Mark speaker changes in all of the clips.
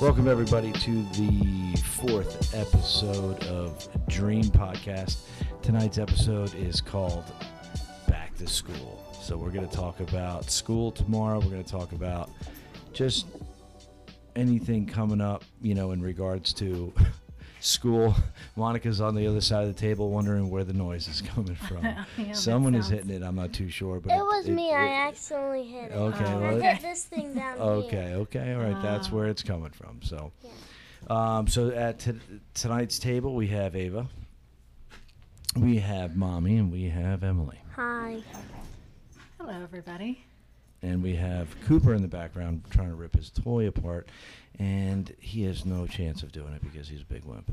Speaker 1: Welcome, everybody, to the fourth episode of Dream Podcast. Tonight's episode is called Back to School. So, we're going to talk about school tomorrow. We're going to talk about just anything coming up, you know, in regards to school. Monica's on the other side of the table wondering where the noise is coming from.
Speaker 2: that
Speaker 1: Someone is
Speaker 2: sounds-
Speaker 1: hitting it. I'm not too sure, but
Speaker 3: It was me.
Speaker 1: it-
Speaker 3: I accidentally hit it.
Speaker 1: Okay,
Speaker 3: I
Speaker 1: well,
Speaker 3: hit this thing down
Speaker 1: Okay,
Speaker 3: here.
Speaker 1: okay, all right. That's
Speaker 2: Ah.
Speaker 1: where it's coming from. So,
Speaker 3: Um, Yeah.
Speaker 1: um, so at t- tonight's table we have Ava, we have Mommy, and we have Emily,
Speaker 3: Hi.
Speaker 2: Hello, everybody.
Speaker 1: and we have Cooper in the background trying to rip his toy apart, and he has no chance of doing it because he's a big wimp.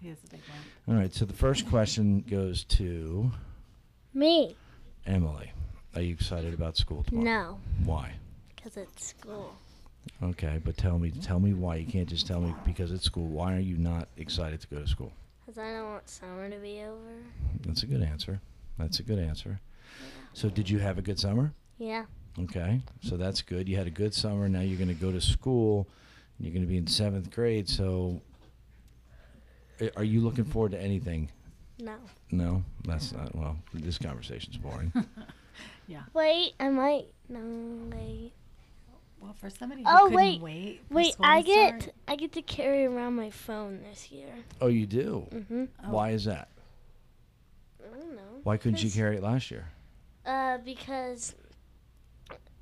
Speaker 2: He is a big one.
Speaker 1: All right. So the first question goes to
Speaker 3: Me.
Speaker 1: Emily. Are you excited about school tomorrow?
Speaker 3: No,
Speaker 1: Why?
Speaker 3: because it's school.
Speaker 1: Okay, but tell me, tell me why. You can't just tell me because it's school. Why are you not excited to go to school?
Speaker 3: Because I don't want summer to be over.
Speaker 1: That's a good answer. That's a good answer. So, did you have a good summer?
Speaker 3: Yeah.
Speaker 1: Okay, so that's good. You had a good summer. Now you're going to go to school. and You're going to be in seventh grade. So, a- are you looking forward to anything?
Speaker 3: No.
Speaker 1: No, that's not. Well, this conversation's boring.
Speaker 3: Wait, I might. No, wait.
Speaker 2: Well, for somebody who
Speaker 3: Oh,
Speaker 2: couldn't
Speaker 3: wait.
Speaker 2: wait. for
Speaker 3: Wait,
Speaker 2: school to
Speaker 3: I get
Speaker 2: start-
Speaker 3: I get to carry around my phone this year.
Speaker 1: oh, you do.
Speaker 3: Mm-hmm.
Speaker 2: Oh.
Speaker 1: Why is that?
Speaker 3: I don't know.
Speaker 1: Why couldn't you
Speaker 3: Because-
Speaker 1: carry it last year?
Speaker 3: Uh, because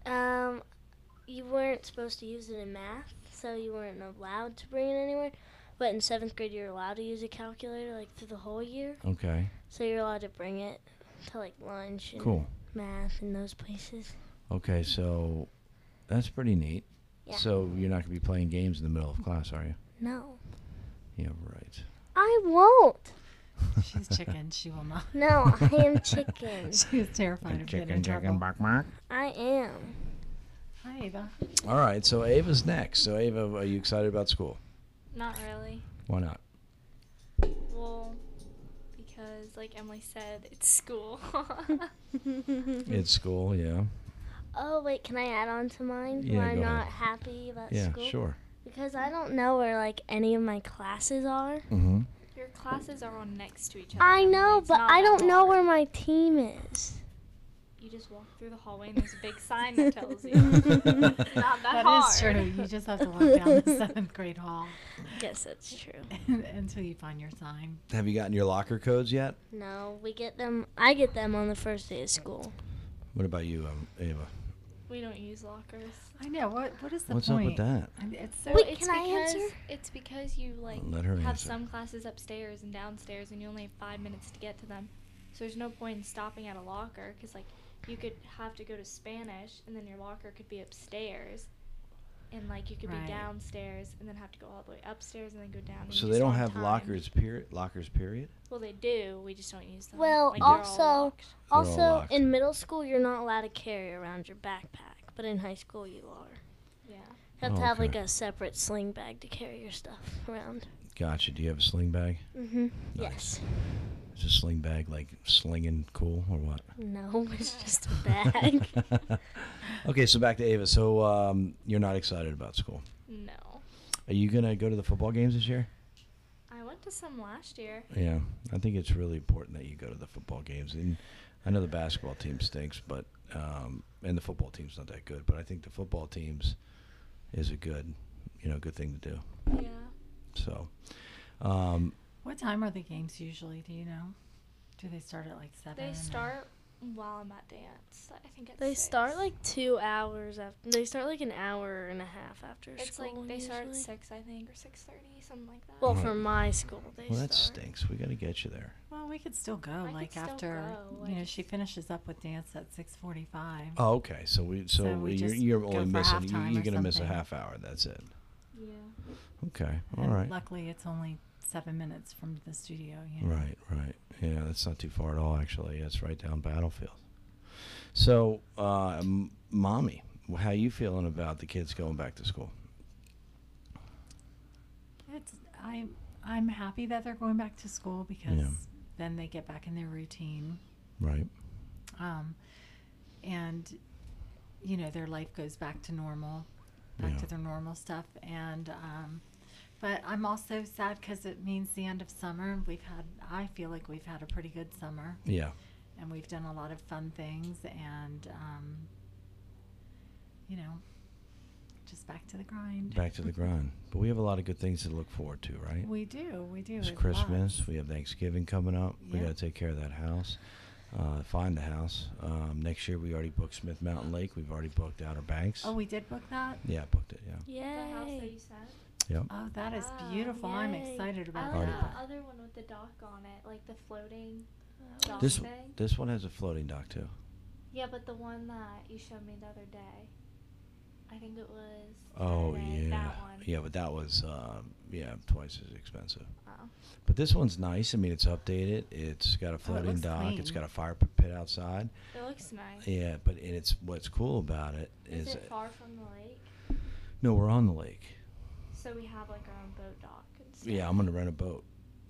Speaker 3: um, you weren't supposed to use it in math, so you weren't allowed to bring it anywhere. But in seventh grade, you're allowed to use a calculator like through the whole year,
Speaker 1: Okay,
Speaker 3: so you're allowed to bring it to like lunch and
Speaker 1: cool.
Speaker 3: math and those places.
Speaker 1: Okay, so that's pretty neat.
Speaker 3: Yeah.
Speaker 1: So you're not going to be playing games in the middle of class, are you?
Speaker 3: No,
Speaker 1: Yeah, right.
Speaker 3: I won't.
Speaker 2: She's chicken. She will not.
Speaker 3: No, I am chicken.
Speaker 2: She is terrified of getting in trouble.
Speaker 1: bark, bark.
Speaker 3: I am.
Speaker 2: Hi, Ava.
Speaker 1: All right, so Ava's next. So Ava, are you excited about school?
Speaker 4: Not really.
Speaker 1: Why not?
Speaker 4: Well, because like Emily said, it's school.
Speaker 1: It's school, yeah.
Speaker 3: oh wait, can I add on to mine?
Speaker 1: Yeah,
Speaker 3: Why I'm
Speaker 1: go ahead.
Speaker 3: not happy about
Speaker 1: yeah,
Speaker 3: school
Speaker 1: sure.
Speaker 3: because I don't know where like any of my classes are.
Speaker 1: Mm-hmm.
Speaker 4: Your classes are all next to each other.
Speaker 3: I
Speaker 4: Emily.
Speaker 3: know,
Speaker 4: It's
Speaker 3: but
Speaker 4: not
Speaker 3: I
Speaker 4: that
Speaker 3: don't know
Speaker 4: hard.
Speaker 3: where my team is.
Speaker 4: You just walk through the hallway and there's a big sign that tells you.
Speaker 2: that
Speaker 4: It's not that, hard.
Speaker 2: is true. You just have to walk down the seventh grade hall
Speaker 3: Yes, that's true.
Speaker 2: until you find your sign.
Speaker 1: Have you gotten your locker codes yet?
Speaker 3: No, we get them. I get them on the first day of school.
Speaker 1: What about you, um, Ava?
Speaker 4: We don't use lockers.
Speaker 2: I know. What What is the
Speaker 1: What's up with
Speaker 2: point?
Speaker 1: that?
Speaker 2: I mean, It's so.
Speaker 3: Wait,
Speaker 4: it's
Speaker 3: can I
Speaker 4: because,
Speaker 3: answer?
Speaker 4: It's because you like
Speaker 1: Let her
Speaker 4: have
Speaker 1: answer.
Speaker 4: some classes upstairs and downstairs, and you only have five minutes to get to them. So there's no point in stopping at a locker because like you could have to go to Spanish, and then your locker could be upstairs, and like you could
Speaker 2: Right.
Speaker 4: be downstairs, and then have to go all the way upstairs and then go down. and
Speaker 1: So
Speaker 4: you
Speaker 1: they
Speaker 4: just
Speaker 1: don't
Speaker 4: have
Speaker 1: have
Speaker 4: time.
Speaker 1: lockers. Period. Lockers. Period.
Speaker 4: Well, they do. We just don't use them.
Speaker 3: Well,
Speaker 4: Like, they're all
Speaker 3: also-
Speaker 4: locked.
Speaker 1: all
Speaker 3: Also,
Speaker 1: locked.
Speaker 3: in middle school, you're not allowed to carry around your backpack, but in high school, you are.
Speaker 4: yeah.
Speaker 3: You have to
Speaker 1: Oh,
Speaker 3: have
Speaker 1: okay.
Speaker 3: like a separate sling bag to carry your stuff around.
Speaker 1: Gotcha. Do you have a sling bag?
Speaker 3: Mm-hmm.
Speaker 1: Nice.
Speaker 3: Yes.
Speaker 1: Is a sling bag like slinging cool or what?
Speaker 3: No, it's just a bag.
Speaker 1: okay, so back to Ava. So um, you're not excited about school.
Speaker 4: No,
Speaker 1: Are you gonna go to the football games this year?
Speaker 4: I went to some last year.
Speaker 1: Yeah, I think it's really important that you go to the football games. And I know the basketball team stinks, but um, and the football team's not that good. But I think the football teams is a good, you know, good thing to do.
Speaker 4: Yeah.
Speaker 1: So, um,
Speaker 2: What time are the games usually? Do you know? Do they start at like seven?
Speaker 4: They
Speaker 2: or-
Speaker 4: start while I'm at dance. I think it's
Speaker 3: they start
Speaker 4: six.
Speaker 3: like two hours after. They start like an hour and a half after
Speaker 4: It's
Speaker 3: school.
Speaker 4: like they start at
Speaker 3: usually.
Speaker 4: six, I think, or six thirty, something like that.
Speaker 3: Well,
Speaker 1: Right.
Speaker 3: for my school, they
Speaker 1: well, that
Speaker 3: start.
Speaker 1: stinks. We got to get you there.
Speaker 2: Well, we could still go.
Speaker 4: could
Speaker 2: like
Speaker 4: still
Speaker 2: after
Speaker 4: go,
Speaker 2: you know,
Speaker 4: like-
Speaker 2: she finishes up with dance at six forty-five.
Speaker 1: Oh, okay. So we, so,
Speaker 2: So we
Speaker 1: you're,
Speaker 2: just
Speaker 1: you're
Speaker 2: go
Speaker 1: only
Speaker 2: for
Speaker 1: missing. You,
Speaker 2: halftime
Speaker 1: you're
Speaker 2: or
Speaker 1: gonna miss a
Speaker 2: something.
Speaker 1: half hour. That's it.
Speaker 4: yeah.
Speaker 1: Okay. All
Speaker 2: And
Speaker 1: right.
Speaker 2: Luckily, it's only seven minutes from the studio. You know?
Speaker 1: Right, right. Yeah, that's not too far at all, actually. It's right down Battlefield. So, uh, m- mommy, wh- how you feeling about the kids going back to school?
Speaker 2: It's I I'm happy that they're going back to school because
Speaker 1: Yeah.
Speaker 2: then they get back in their routine,
Speaker 1: Right.
Speaker 2: um, and you know their life goes back to normal, back
Speaker 1: Yeah.
Speaker 2: to their normal stuff. And um, But I'm also sad because it means the end of summer. and We've had, I feel like we've had a pretty good summer
Speaker 1: Yeah.
Speaker 2: and we've done a lot of fun things and, um, you know, just back to the grind.
Speaker 1: Back to the grind. But we have a lot of good things to look forward to, right?
Speaker 2: We do. We do.
Speaker 1: It's
Speaker 2: We've
Speaker 1: Christmas.
Speaker 2: lots.
Speaker 1: We have Thanksgiving coming up. We
Speaker 2: Yeah.
Speaker 1: got to take care of that house. Uh, find the house. Um, next year, we already booked Smith Mountain Lake. We've already booked Outer Banks.
Speaker 2: Oh, we did book that?
Speaker 1: yeah, booked it. Yeah.
Speaker 4: The house that
Speaker 3: Yay.
Speaker 4: you said.
Speaker 1: Yep.
Speaker 2: Oh, that is
Speaker 4: Wow,
Speaker 2: beautiful. I'm
Speaker 3: yay.
Speaker 2: excited
Speaker 4: I
Speaker 2: about
Speaker 1: Already
Speaker 2: that.
Speaker 4: like
Speaker 1: booked.
Speaker 4: the other one with the dock on it, like the floating
Speaker 2: Uh,
Speaker 4: dock
Speaker 1: This
Speaker 4: thing.
Speaker 1: this one has a floating dock too.
Speaker 4: Yeah, but the one that you showed me the other day, I think it was.
Speaker 1: Oh
Speaker 4: Saturday,
Speaker 1: yeah.
Speaker 4: That one.
Speaker 1: Yeah, but that was um, yeah twice as expensive.
Speaker 4: Oh.
Speaker 1: But this one's nice. I mean, it's updated. It's got a floating
Speaker 2: looks
Speaker 1: dock. It's
Speaker 2: clean.
Speaker 1: got a fire p- pit outside.
Speaker 4: It looks nice.
Speaker 1: Yeah, but and it's what's cool about it
Speaker 4: Is,
Speaker 1: is
Speaker 4: it far from the lake?
Speaker 1: no, we're on the lake.
Speaker 4: So we have like our own boat dock and stuff.
Speaker 1: Yeah, I'm gonna rent a boat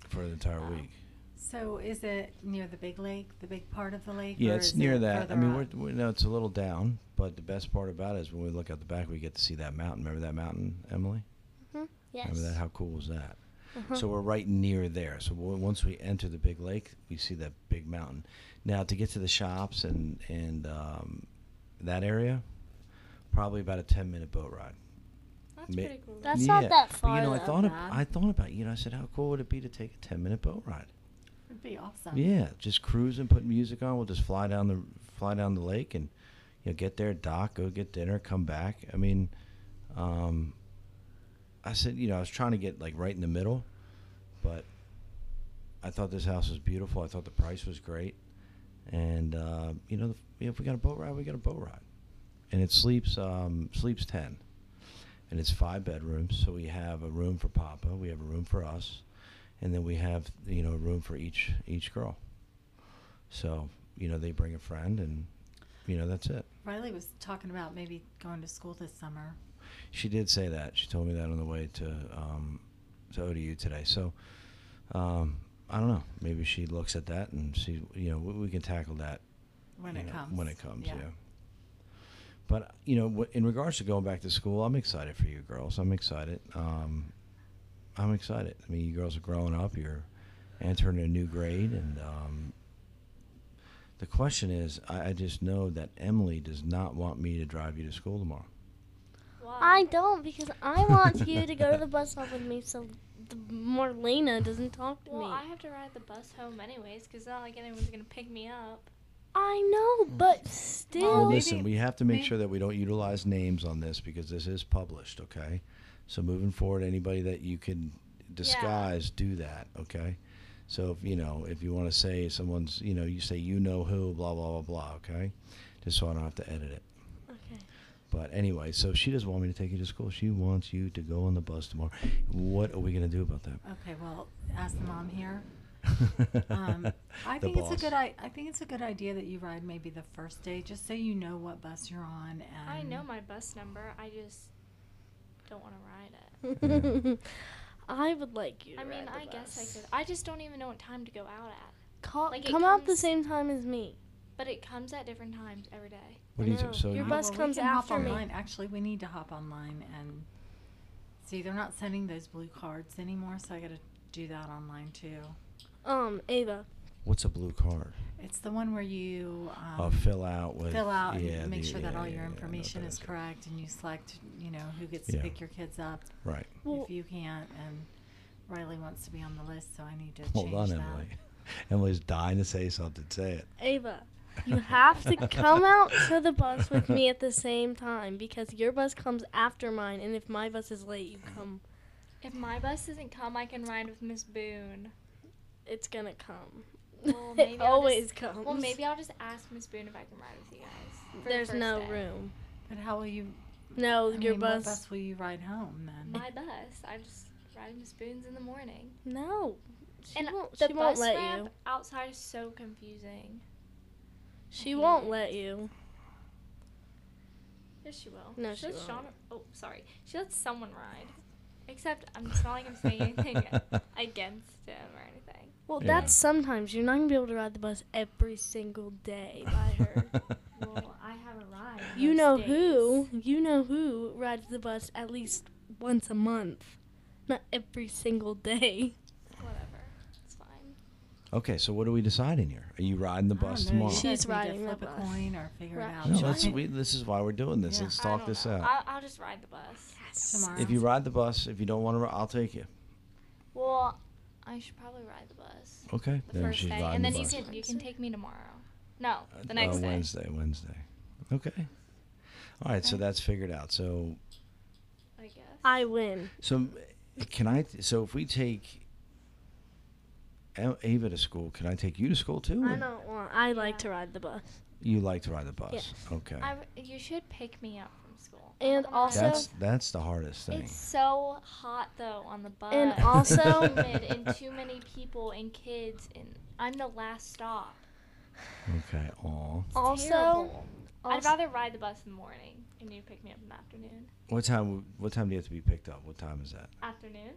Speaker 1: for the entire
Speaker 4: Wow.
Speaker 1: week.
Speaker 2: So is it near the big lake, the big part of the lake?
Speaker 1: Yeah,
Speaker 2: or
Speaker 1: it's
Speaker 2: is
Speaker 1: near
Speaker 2: it
Speaker 1: that. I
Speaker 2: further
Speaker 1: mean,
Speaker 2: up?
Speaker 1: we're, we no, it's a little down, but the best part about it is when we look out the back, we get to see that mountain. Remember that mountain, Emily?
Speaker 3: hmm Yes.
Speaker 1: Remember that? How cool was that?
Speaker 3: Uh-huh.
Speaker 1: So we're right near there. So w- once we enter the big lake, we see that big mountain. Now to get to the shops and and um, that area, probably about a ten minute boat ride.
Speaker 4: That's
Speaker 1: Ma-
Speaker 4: pretty cool. though.
Speaker 3: That's not that
Speaker 1: But
Speaker 3: far,
Speaker 1: you know, I
Speaker 3: though,
Speaker 1: thought ab-
Speaker 2: Dad.
Speaker 1: I thought about you know I said how cool would it be to take a ten minute boat ride?
Speaker 2: It'd be awesome.
Speaker 1: Yeah, just cruise and put music on. We'll just fly down the fly down the lake and you know get there, dock, go get dinner, come back. I mean, um, I said you know I was trying to get like right in the middle, but I thought this house was beautiful. I thought the price was great, and uh, you know the, if we got a boat ride, we got a boat ride, and it sleeps um, sleeps ten, and it's five bedrooms. So we have a room for Papa, we have a room for us, and then we have you know a room for each each girl. So you know they bring a friend, and you know that's it.
Speaker 2: Riley was talking about maybe going to school this summer.
Speaker 1: She did say that. She told me that on the way to um, to ODU today. So um, I don't know. Maybe she looks at that and see. You know, we, we can tackle that
Speaker 2: When
Speaker 1: you
Speaker 2: it
Speaker 1: know,
Speaker 2: comes.
Speaker 1: When it comes, yeah. But you know, w- in regards to going back to school, I'm excited for you girls. I'm excited. Um, I'm excited. I mean, you girls are growing up. You're entering a new grade, and um, the question is, I, I just know that Emily does not want me to drive you to school tomorrow.
Speaker 4: Why?
Speaker 3: I don't because I want you to go to the bus stop with me so the Marlena doesn't talk to
Speaker 4: Well,
Speaker 3: me.
Speaker 4: I have to ride the bus home anyways, 'cause not like anyone's gonna pick me up.
Speaker 3: I know, but
Speaker 2: Well,
Speaker 1: Well,
Speaker 3: still.
Speaker 2: maybe-
Speaker 1: listen, we have to make
Speaker 2: may-
Speaker 1: sure that we don't utilize names on this because this is published, okay? So moving forward, anybody that you can disguise, do that, okay? So if you know, if you want to say someone's, you know, you say you know who, blah blah blah blah, okay? Just so I don't have to edit it.
Speaker 3: okay.
Speaker 1: But anyway, so she doesn't want me to take you to school. She wants you to go on the bus tomorrow. What are we gonna do about that?
Speaker 2: Okay, well, ask the mom here. Um, I
Speaker 1: The
Speaker 2: think it's
Speaker 1: boss.
Speaker 2: a good. I, I think it's a good idea that you ride maybe the first day, just so you know what bus you're on. And
Speaker 4: I know my bus number. I just don't want to ride it.
Speaker 1: Yeah.
Speaker 3: I would like you to
Speaker 4: I mean,
Speaker 3: ride the
Speaker 4: I guess I
Speaker 3: bus.
Speaker 4: could. I just don't even know what time to go out at.
Speaker 3: Call,
Speaker 4: Like, it
Speaker 3: come out the
Speaker 4: comes-
Speaker 3: same time as me.
Speaker 4: But it comes at different times every day.
Speaker 1: What do you
Speaker 3: No,
Speaker 1: think? So
Speaker 3: your
Speaker 1: you-
Speaker 2: Oh,
Speaker 3: bus
Speaker 2: well, we
Speaker 3: comes
Speaker 2: can hop
Speaker 3: after me.
Speaker 2: online. Actually, we need to hop online and see. They're not sending those blue cards anymore, so I got to do that online too.
Speaker 3: Um, Ava.
Speaker 1: what's a blue card?
Speaker 2: It's the one where you um,
Speaker 1: oh, fill out with
Speaker 2: fill out
Speaker 1: yeah,
Speaker 2: and make
Speaker 1: the-
Speaker 2: sure that
Speaker 1: yeah,
Speaker 2: all
Speaker 1: yeah,
Speaker 2: your
Speaker 1: yeah, I know what
Speaker 2: information
Speaker 1: that
Speaker 2: is correct and you select you know who gets
Speaker 1: Yeah.
Speaker 2: to pick your kids up
Speaker 1: Right.
Speaker 3: Well-
Speaker 2: if you can't and riley wants to be on the list so i need to
Speaker 1: Hold
Speaker 2: change
Speaker 1: on,
Speaker 2: that
Speaker 1: Emily. Emily's dying to say something. Say it.
Speaker 3: Ava, you have to come out to the bus with me at the same time because your bus comes after mine, and if my bus is late, you come.
Speaker 4: If my bus doesn't come, I can ride with Miss Boone.
Speaker 3: It's gonna come.
Speaker 4: Well, maybe I'll
Speaker 3: it always
Speaker 4: just-
Speaker 3: comes.
Speaker 4: Well, maybe I'll just ask Miss Boone if I can ride with you guys. for the
Speaker 3: There's
Speaker 4: first
Speaker 3: no
Speaker 4: day.
Speaker 3: room.
Speaker 2: but how will you
Speaker 3: No,
Speaker 2: I
Speaker 3: your
Speaker 2: mean,
Speaker 3: bus.
Speaker 2: what bus will you ride home then
Speaker 4: My bus. I just ride Miss Boone's in the morning.
Speaker 3: No. She
Speaker 4: and
Speaker 3: won't,
Speaker 4: the
Speaker 3: she
Speaker 4: bus
Speaker 3: won't let
Speaker 4: ramp
Speaker 3: you.
Speaker 4: outside is so confusing.
Speaker 3: She
Speaker 4: hate
Speaker 3: won't
Speaker 4: it.
Speaker 3: let you.
Speaker 4: Yes, she will.
Speaker 3: No, she
Speaker 4: lets
Speaker 3: won't.
Speaker 4: Shauna- oh, sorry. She lets someone ride. Except I'm it's not like I'm saying anything against him or anything.
Speaker 3: Well,
Speaker 1: Yeah.
Speaker 3: that's sometimes. You're not gonna be able to ride the bus every single day by her.
Speaker 4: Well, I have a ride.
Speaker 3: you
Speaker 4: most
Speaker 3: know
Speaker 4: days.
Speaker 3: who? You know who rides the bus at least once a month. Not every single day.
Speaker 4: Whatever. It's fine.
Speaker 1: Okay, so what are we deciding here? Are you riding the
Speaker 2: I don't
Speaker 1: bus
Speaker 2: know,
Speaker 1: tomorrow?
Speaker 2: You guys
Speaker 3: She's
Speaker 2: need to
Speaker 3: riding the
Speaker 2: flip a
Speaker 3: bus.
Speaker 2: coin or figure
Speaker 3: Right.
Speaker 2: it out.
Speaker 1: No,
Speaker 3: Should
Speaker 1: that's
Speaker 2: I-
Speaker 1: we, this is why we're doing this.
Speaker 2: Yeah.
Speaker 1: Let's
Speaker 4: I
Speaker 1: talk
Speaker 4: don't
Speaker 1: this
Speaker 4: know.
Speaker 1: out.
Speaker 4: I'll, I'll just ride the bus.
Speaker 2: Tomorrow.
Speaker 1: if you ride the bus, if you don't want to, I'll take you.
Speaker 4: Well, I should probably ride the bus.
Speaker 1: Okay,
Speaker 4: The
Speaker 1: then
Speaker 4: first
Speaker 1: she's
Speaker 4: day,
Speaker 1: riding
Speaker 4: and then
Speaker 1: the
Speaker 4: you
Speaker 1: bus.
Speaker 4: can you can take me tomorrow. No, the
Speaker 1: Uh,
Speaker 4: next day.
Speaker 1: Wednesday, Wednesday. Okay. All right, so
Speaker 4: Okay.
Speaker 1: that's figured out. So,
Speaker 4: I guess.
Speaker 3: I win.
Speaker 1: so can I? So if we take A- Ava to school, can I take you to school too?
Speaker 3: I
Speaker 1: or-
Speaker 3: don't want. I like
Speaker 4: Yeah.
Speaker 3: to ride the bus.
Speaker 1: You like to ride the bus? Okay.
Speaker 4: I w- you should pick me up from school.
Speaker 3: And
Speaker 4: I wanna ride the
Speaker 1: that's
Speaker 3: also-
Speaker 1: that's the hardest thing.
Speaker 4: It's so hot though on the bus.
Speaker 3: And also-
Speaker 4: humid and too many people and kids and I'm the last stop.
Speaker 1: okay. Aw.
Speaker 4: It's
Speaker 3: Also-
Speaker 4: terrible. I'd
Speaker 3: Also-
Speaker 4: rather ride the bus in the morning and you pick me up in the afternoon.
Speaker 1: What time? What time do you have to be picked up? What time is that?
Speaker 4: Afternoon?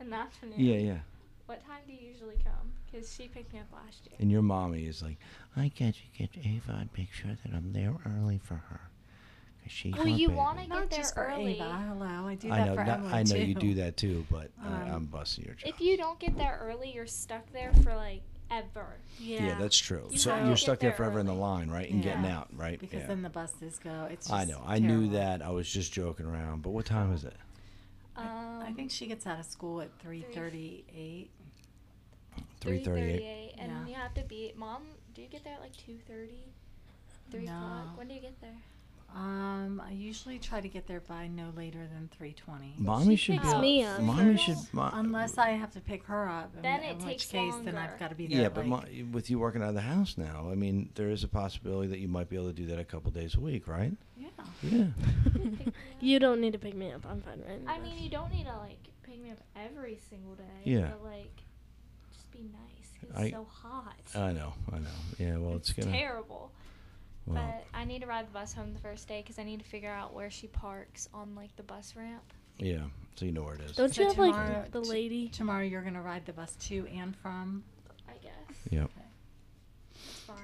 Speaker 4: In the afternoon.
Speaker 1: Yeah, yeah.
Speaker 4: What time do you usually come? Because she picked me up last year.
Speaker 1: And your mommy is like, I got to get Ava and make sure that I'm there early for her. 'Cause she
Speaker 4: Well, you
Speaker 1: want
Speaker 4: wanna
Speaker 1: to
Speaker 4: get there
Speaker 2: just for
Speaker 4: early.
Speaker 2: Ava. Hello, I do that
Speaker 1: I know,
Speaker 2: for
Speaker 1: not-
Speaker 2: Emily
Speaker 1: I know
Speaker 2: too.
Speaker 1: you do that too, but I,
Speaker 2: Um,
Speaker 1: I'm busting your job.
Speaker 4: If you don't get there early, you're stuck there for like ever.
Speaker 1: yeah. that's true.
Speaker 4: You
Speaker 1: so
Speaker 4: have to
Speaker 1: you're
Speaker 4: get
Speaker 1: stuck there
Speaker 4: there
Speaker 1: forever in the
Speaker 4: early.
Speaker 1: line, right? And getting
Speaker 2: Yeah.
Speaker 1: out, right?
Speaker 2: Because
Speaker 1: yeah.
Speaker 2: then the buses go. It's just
Speaker 1: I know. I knew
Speaker 2: terrible.
Speaker 1: that. I was just joking around. But what time is it?
Speaker 4: Um,
Speaker 2: I think she gets out of school at three thirty-eight.
Speaker 1: 3:38.
Speaker 4: and
Speaker 2: Yeah.
Speaker 4: you have to be. Mom, do you get there at like two thirty? Three
Speaker 2: No.
Speaker 4: o'clock. When do you get there?
Speaker 2: Um, I usually try to get there by no later than three twenty.
Speaker 1: Mommy
Speaker 4: She
Speaker 1: should
Speaker 4: picks
Speaker 1: be.
Speaker 3: me up
Speaker 1: Mommy
Speaker 4: first.
Speaker 1: should. mo-
Speaker 2: Unless I have to pick her up, and
Speaker 4: Then
Speaker 2: in
Speaker 4: it
Speaker 2: which
Speaker 4: takes
Speaker 2: case then
Speaker 4: longer.
Speaker 2: I've got to be there.
Speaker 1: Yeah, but
Speaker 2: like,
Speaker 1: mo- with you working out of the house now, I mean, there is a possibility that you might be able to do that a couple days a week, right?
Speaker 2: yeah,
Speaker 1: Yeah.
Speaker 3: you don't need to pick me up. I'm fine riding. the
Speaker 4: I
Speaker 3: bus.
Speaker 4: mean, you don't need to like pick me up every single day.
Speaker 1: Yeah.
Speaker 4: But like, just be nice. 'cause
Speaker 1: I-
Speaker 4: it's so hot.
Speaker 1: I know. I know. Yeah. Well, it's, gonna.
Speaker 4: terrible.
Speaker 1: Well,
Speaker 4: But I need to ride the bus home the first day because I need to figure out where she parks on like the bus ramp.
Speaker 1: yeah. So you know where it is.
Speaker 3: Don't
Speaker 2: So
Speaker 3: you have
Speaker 2: tomorrow-
Speaker 3: like the
Speaker 2: t-
Speaker 3: lady?
Speaker 2: tomorrow you're gonna ride the bus to and from.
Speaker 4: I guess.
Speaker 1: Yep.
Speaker 4: It's fine.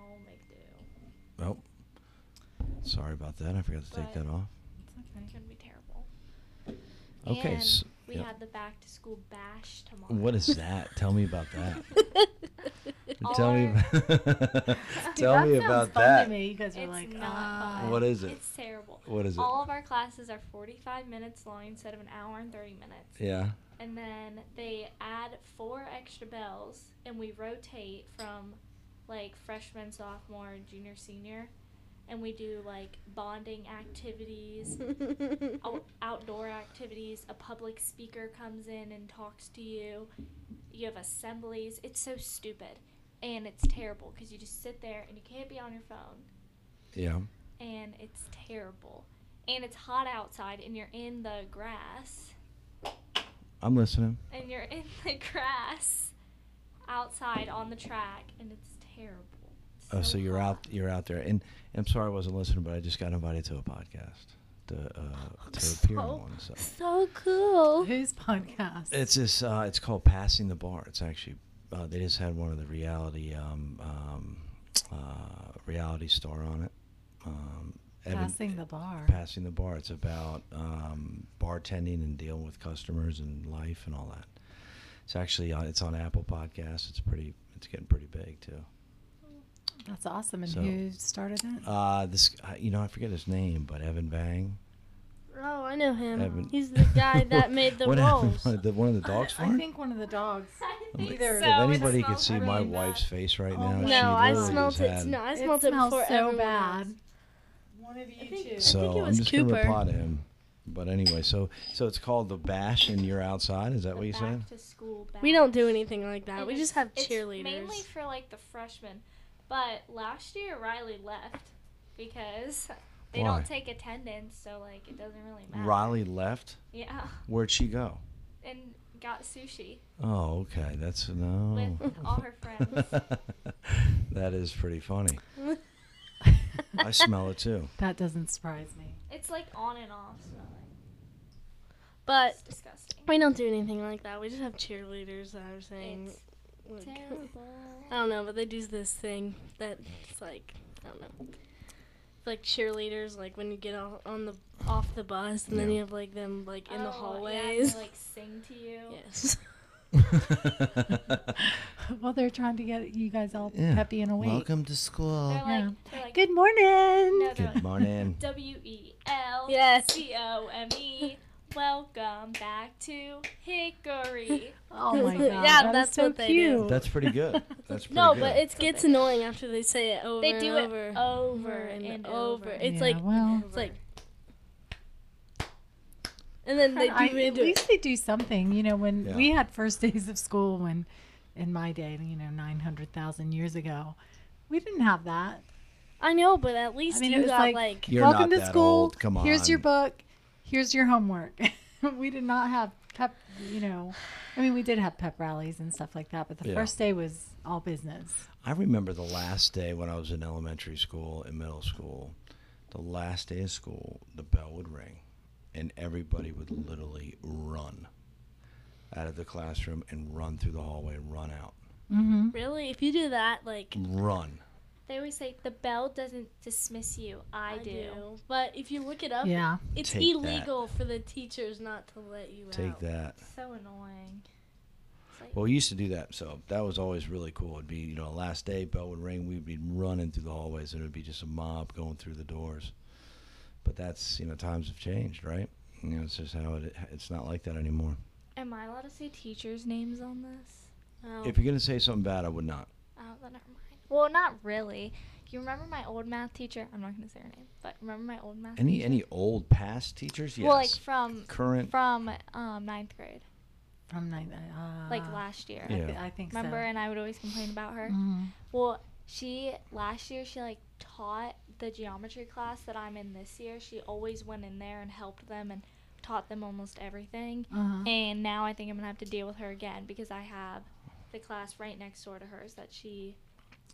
Speaker 4: I'll make do.
Speaker 1: Well, Oh. sorry about that. I forgot to take
Speaker 4: But-
Speaker 1: that off.
Speaker 4: It's
Speaker 2: It's okay.
Speaker 4: gonna be terrible.
Speaker 1: Okay,
Speaker 4: And
Speaker 1: s-
Speaker 4: we
Speaker 1: yep.
Speaker 4: had the back to school bash tomorrow.
Speaker 1: What is that? Tell me about that. Tell
Speaker 4: All
Speaker 1: me.
Speaker 4: our-
Speaker 1: About,
Speaker 4: Dude,
Speaker 1: tell
Speaker 2: that
Speaker 1: me
Speaker 2: sounds
Speaker 1: about
Speaker 2: fun
Speaker 1: that.
Speaker 2: To me. You guys are
Speaker 4: It's
Speaker 2: like,
Speaker 4: not
Speaker 2: "Ah."
Speaker 4: fun.
Speaker 1: What is it?
Speaker 4: It's terrible.
Speaker 1: What is it?
Speaker 4: All of our classes are 45 minutes long instead of an hour and 30 minutes.
Speaker 1: yeah.
Speaker 4: And then they add four extra bells, and we rotate from like freshman, sophomore, junior, senior. And we do like bonding activities, out- outdoor activities. A public speaker comes in and talks to you. You have assemblies. It's so stupid. And it's terrible because you just sit there and you can't be on your phone.
Speaker 1: Yeah.
Speaker 4: And it's terrible. And it's hot outside and you're in the grass.
Speaker 1: I'm listening.
Speaker 4: And you're in the grass outside on the track and it's terrible. It's
Speaker 1: Oh, so you're out.
Speaker 4: hot.
Speaker 1: You're out there. And, and I'm sorry I wasn't listening, but I just got invited to a podcast to uh, to appear on
Speaker 3: So-
Speaker 1: one. So
Speaker 3: so cool.
Speaker 2: Whose podcast?
Speaker 1: it's this. Uh, it's called Passing the Bar. It's actually uh, they just had one of the reality um, um, uh, reality star on it. Um, Evan-
Speaker 2: passing the bar.
Speaker 1: Passing the bar. It's about um, bartending and dealing with customers and life and all that. It's actually on, it's on Apple Podcasts. It's pretty. It's getting pretty big too.
Speaker 2: That's awesome. And
Speaker 1: So-
Speaker 2: who started it?
Speaker 1: Uh, this uh, you know I forget his name, but Evan Vang.
Speaker 3: Oh, I know him.
Speaker 1: Evan.
Speaker 3: He's the guy that made the
Speaker 1: What happened?
Speaker 3: rolls.
Speaker 1: One of the, one of the dogs
Speaker 2: I,
Speaker 1: farm.
Speaker 2: I think one of the dogs.
Speaker 4: I think
Speaker 2: Either-
Speaker 1: if
Speaker 4: so, it
Speaker 1: anybody could
Speaker 4: smells
Speaker 1: see my
Speaker 4: really
Speaker 1: wife's
Speaker 4: bad.
Speaker 1: face right
Speaker 2: Oh
Speaker 1: now,
Speaker 2: my
Speaker 1: she
Speaker 3: no, I
Speaker 1: literally
Speaker 2: literally
Speaker 3: smelt
Speaker 1: just
Speaker 3: it.
Speaker 1: Had,
Speaker 3: No, I
Speaker 2: It
Speaker 3: smelt it,
Speaker 2: smells
Speaker 3: before
Speaker 2: so
Speaker 3: everyone
Speaker 2: bad.
Speaker 3: else.
Speaker 2: One of you
Speaker 3: think- two.
Speaker 1: So
Speaker 3: it
Speaker 1: I'm
Speaker 3: was
Speaker 1: just
Speaker 3: Cooper.
Speaker 1: gonna reply to him. But anyway, so so it's called the bash, and you're outside. Is that
Speaker 4: The
Speaker 1: what you
Speaker 4: back
Speaker 1: said?
Speaker 4: To school
Speaker 3: We don't
Speaker 4: bash.
Speaker 3: do anything like that.
Speaker 4: And
Speaker 3: we
Speaker 4: it's-
Speaker 3: just have
Speaker 4: it's
Speaker 3: cheerleaders.
Speaker 4: Mainly for like the freshmen. But last year Riley left because they
Speaker 1: Why?
Speaker 4: don't take attendance, so like it doesn't really matter.
Speaker 1: Riley left.
Speaker 4: Yeah.
Speaker 1: Where'd she go?
Speaker 4: And got sushi.
Speaker 1: Oh, okay. That's no.
Speaker 4: With all her friends.
Speaker 1: that is pretty funny. I smell it too.
Speaker 2: That doesn't surprise me.
Speaker 4: It's like on and off smelling.
Speaker 3: But
Speaker 4: It's disgusting.
Speaker 3: we don't do anything like that. We just have cheerleaders that are saying.
Speaker 4: It's
Speaker 3: like,
Speaker 4: terrible.
Speaker 3: I don't know, but they do this thing that's like I don't know. Like cheerleaders, like when you get all on the off the bus, and then
Speaker 1: Yeah.
Speaker 3: you have like them like in the
Speaker 4: Oh, yeah, and
Speaker 3: hallways.
Speaker 4: they, like sing to you.
Speaker 3: yes.
Speaker 2: well, they're trying to get you guys all
Speaker 1: Yeah.
Speaker 2: peppy and awake.
Speaker 1: Welcome to school.
Speaker 4: They're
Speaker 2: Yeah.
Speaker 4: like, they're like
Speaker 2: Good morning.
Speaker 4: No, they're
Speaker 1: Good morning.
Speaker 4: W E L
Speaker 3: Yes.
Speaker 4: C O M E. Welcome back to Hickory.
Speaker 2: Oh my
Speaker 3: Yeah,
Speaker 2: god. that is
Speaker 3: that's
Speaker 2: so
Speaker 3: what they do.
Speaker 2: cute.
Speaker 1: That's pretty good. That's pretty
Speaker 3: No,
Speaker 1: good.
Speaker 3: but it gets annoying after they say it over.
Speaker 4: They do
Speaker 3: and
Speaker 4: it
Speaker 3: over,
Speaker 4: over
Speaker 3: and,
Speaker 4: and
Speaker 3: over.
Speaker 4: over.
Speaker 3: It's
Speaker 2: Yeah,
Speaker 3: like
Speaker 2: well,
Speaker 3: it's like, and then they do
Speaker 2: I-
Speaker 3: they
Speaker 2: at
Speaker 3: do it.
Speaker 2: least they do something. You know, when
Speaker 1: Yeah.
Speaker 2: we had first days of school, when in my day, you know, nine hundred thousand years ago, we didn't have that.
Speaker 3: I know, but at least
Speaker 2: mean, it
Speaker 3: you
Speaker 2: was
Speaker 3: got
Speaker 2: like-
Speaker 3: like,
Speaker 1: You're
Speaker 2: Welcome
Speaker 1: not
Speaker 2: to
Speaker 1: that
Speaker 2: school.
Speaker 1: old. Come
Speaker 2: Here's your
Speaker 1: on.
Speaker 2: book. Here's your homework. we did not have pep. You know, I mean, we did have pep rallies and stuff like that, but the
Speaker 1: Yeah.
Speaker 2: first day was all business.
Speaker 1: I remember the last day when I was in elementary school and middle school. The last day of school, the bell would ring, and everybody would literally run out of the classroom and run through the hallway and run out.
Speaker 2: Mm-hmm.
Speaker 3: really if you do that like
Speaker 1: Run.
Speaker 4: They always say the bell doesn't dismiss you. I, do.
Speaker 3: But if you look it up,
Speaker 2: Yeah.
Speaker 3: it's
Speaker 1: Take that.
Speaker 3: illegal for the teachers not to let you
Speaker 1: Take
Speaker 3: out.
Speaker 1: that.
Speaker 4: So annoying. It's like,
Speaker 1: Well, we used to do that, so that was always really cool. It'd be, you know, last day bell would ring, we'd be running through the hallways, and it'd be just a mob going through the doors. But that's, you know, times have changed, right? You know, it's just how it. It's not like that anymore.
Speaker 4: am I allowed to say teachers' names on this?
Speaker 3: No.
Speaker 1: If you're gonna say something bad, I would not.
Speaker 4: Oh, then never mind. Well, not really. You remember my old math teacher? I'm not gonna say her name, but remember my old math
Speaker 1: Any
Speaker 4: teacher?
Speaker 1: any old past teachers? Yes.
Speaker 4: Well, like from
Speaker 1: Current.
Speaker 4: from um, ninth grade,
Speaker 2: From nine. Uh,
Speaker 4: like last year.
Speaker 2: I, thi-
Speaker 1: Yeah.
Speaker 2: I think
Speaker 4: Remember,
Speaker 2: so.
Speaker 4: and I would always complain about her.
Speaker 2: Mhm.
Speaker 4: Well, she last year she like taught the geometry class that I'm in this year. She always went in there and helped them and taught them almost everything.
Speaker 2: Uh-huh.
Speaker 4: And now I think I'm gonna have to deal with her again because I have the class right next door to hers that she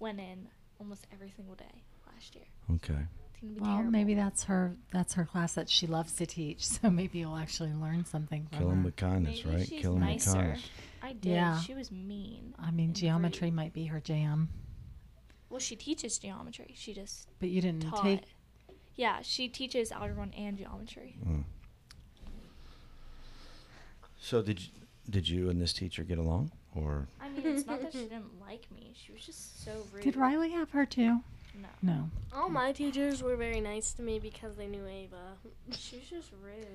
Speaker 4: went in almost every single day last year.
Speaker 1: okay.
Speaker 4: It's gonna be
Speaker 2: Well,
Speaker 4: terrible.
Speaker 2: maybe that's her. That's her class that she loves to teach. So maybe you'll actually learn something from
Speaker 1: Kill them
Speaker 2: her.
Speaker 1: with kindness,
Speaker 4: Maybe
Speaker 1: right?
Speaker 4: she's
Speaker 1: Kill them with
Speaker 4: nicer.
Speaker 1: kindness.
Speaker 4: I did.
Speaker 2: Yeah.
Speaker 4: She was mean.
Speaker 2: I mean,
Speaker 4: and
Speaker 2: geometry
Speaker 4: rude.
Speaker 2: might be her jam,
Speaker 4: Well, she teaches geometry. She just
Speaker 2: but you didn't
Speaker 4: taught.
Speaker 2: take.
Speaker 4: Yeah, she teaches algebra one and geometry.
Speaker 1: Mm. So did you, did you and this teacher get along, or
Speaker 4: I mean, it's not that she didn't like me. She was just so rude.
Speaker 2: Did Riley have her too?
Speaker 4: No.
Speaker 2: No.
Speaker 3: All my teachers were very nice to me because they knew Ava.
Speaker 4: She was just rude.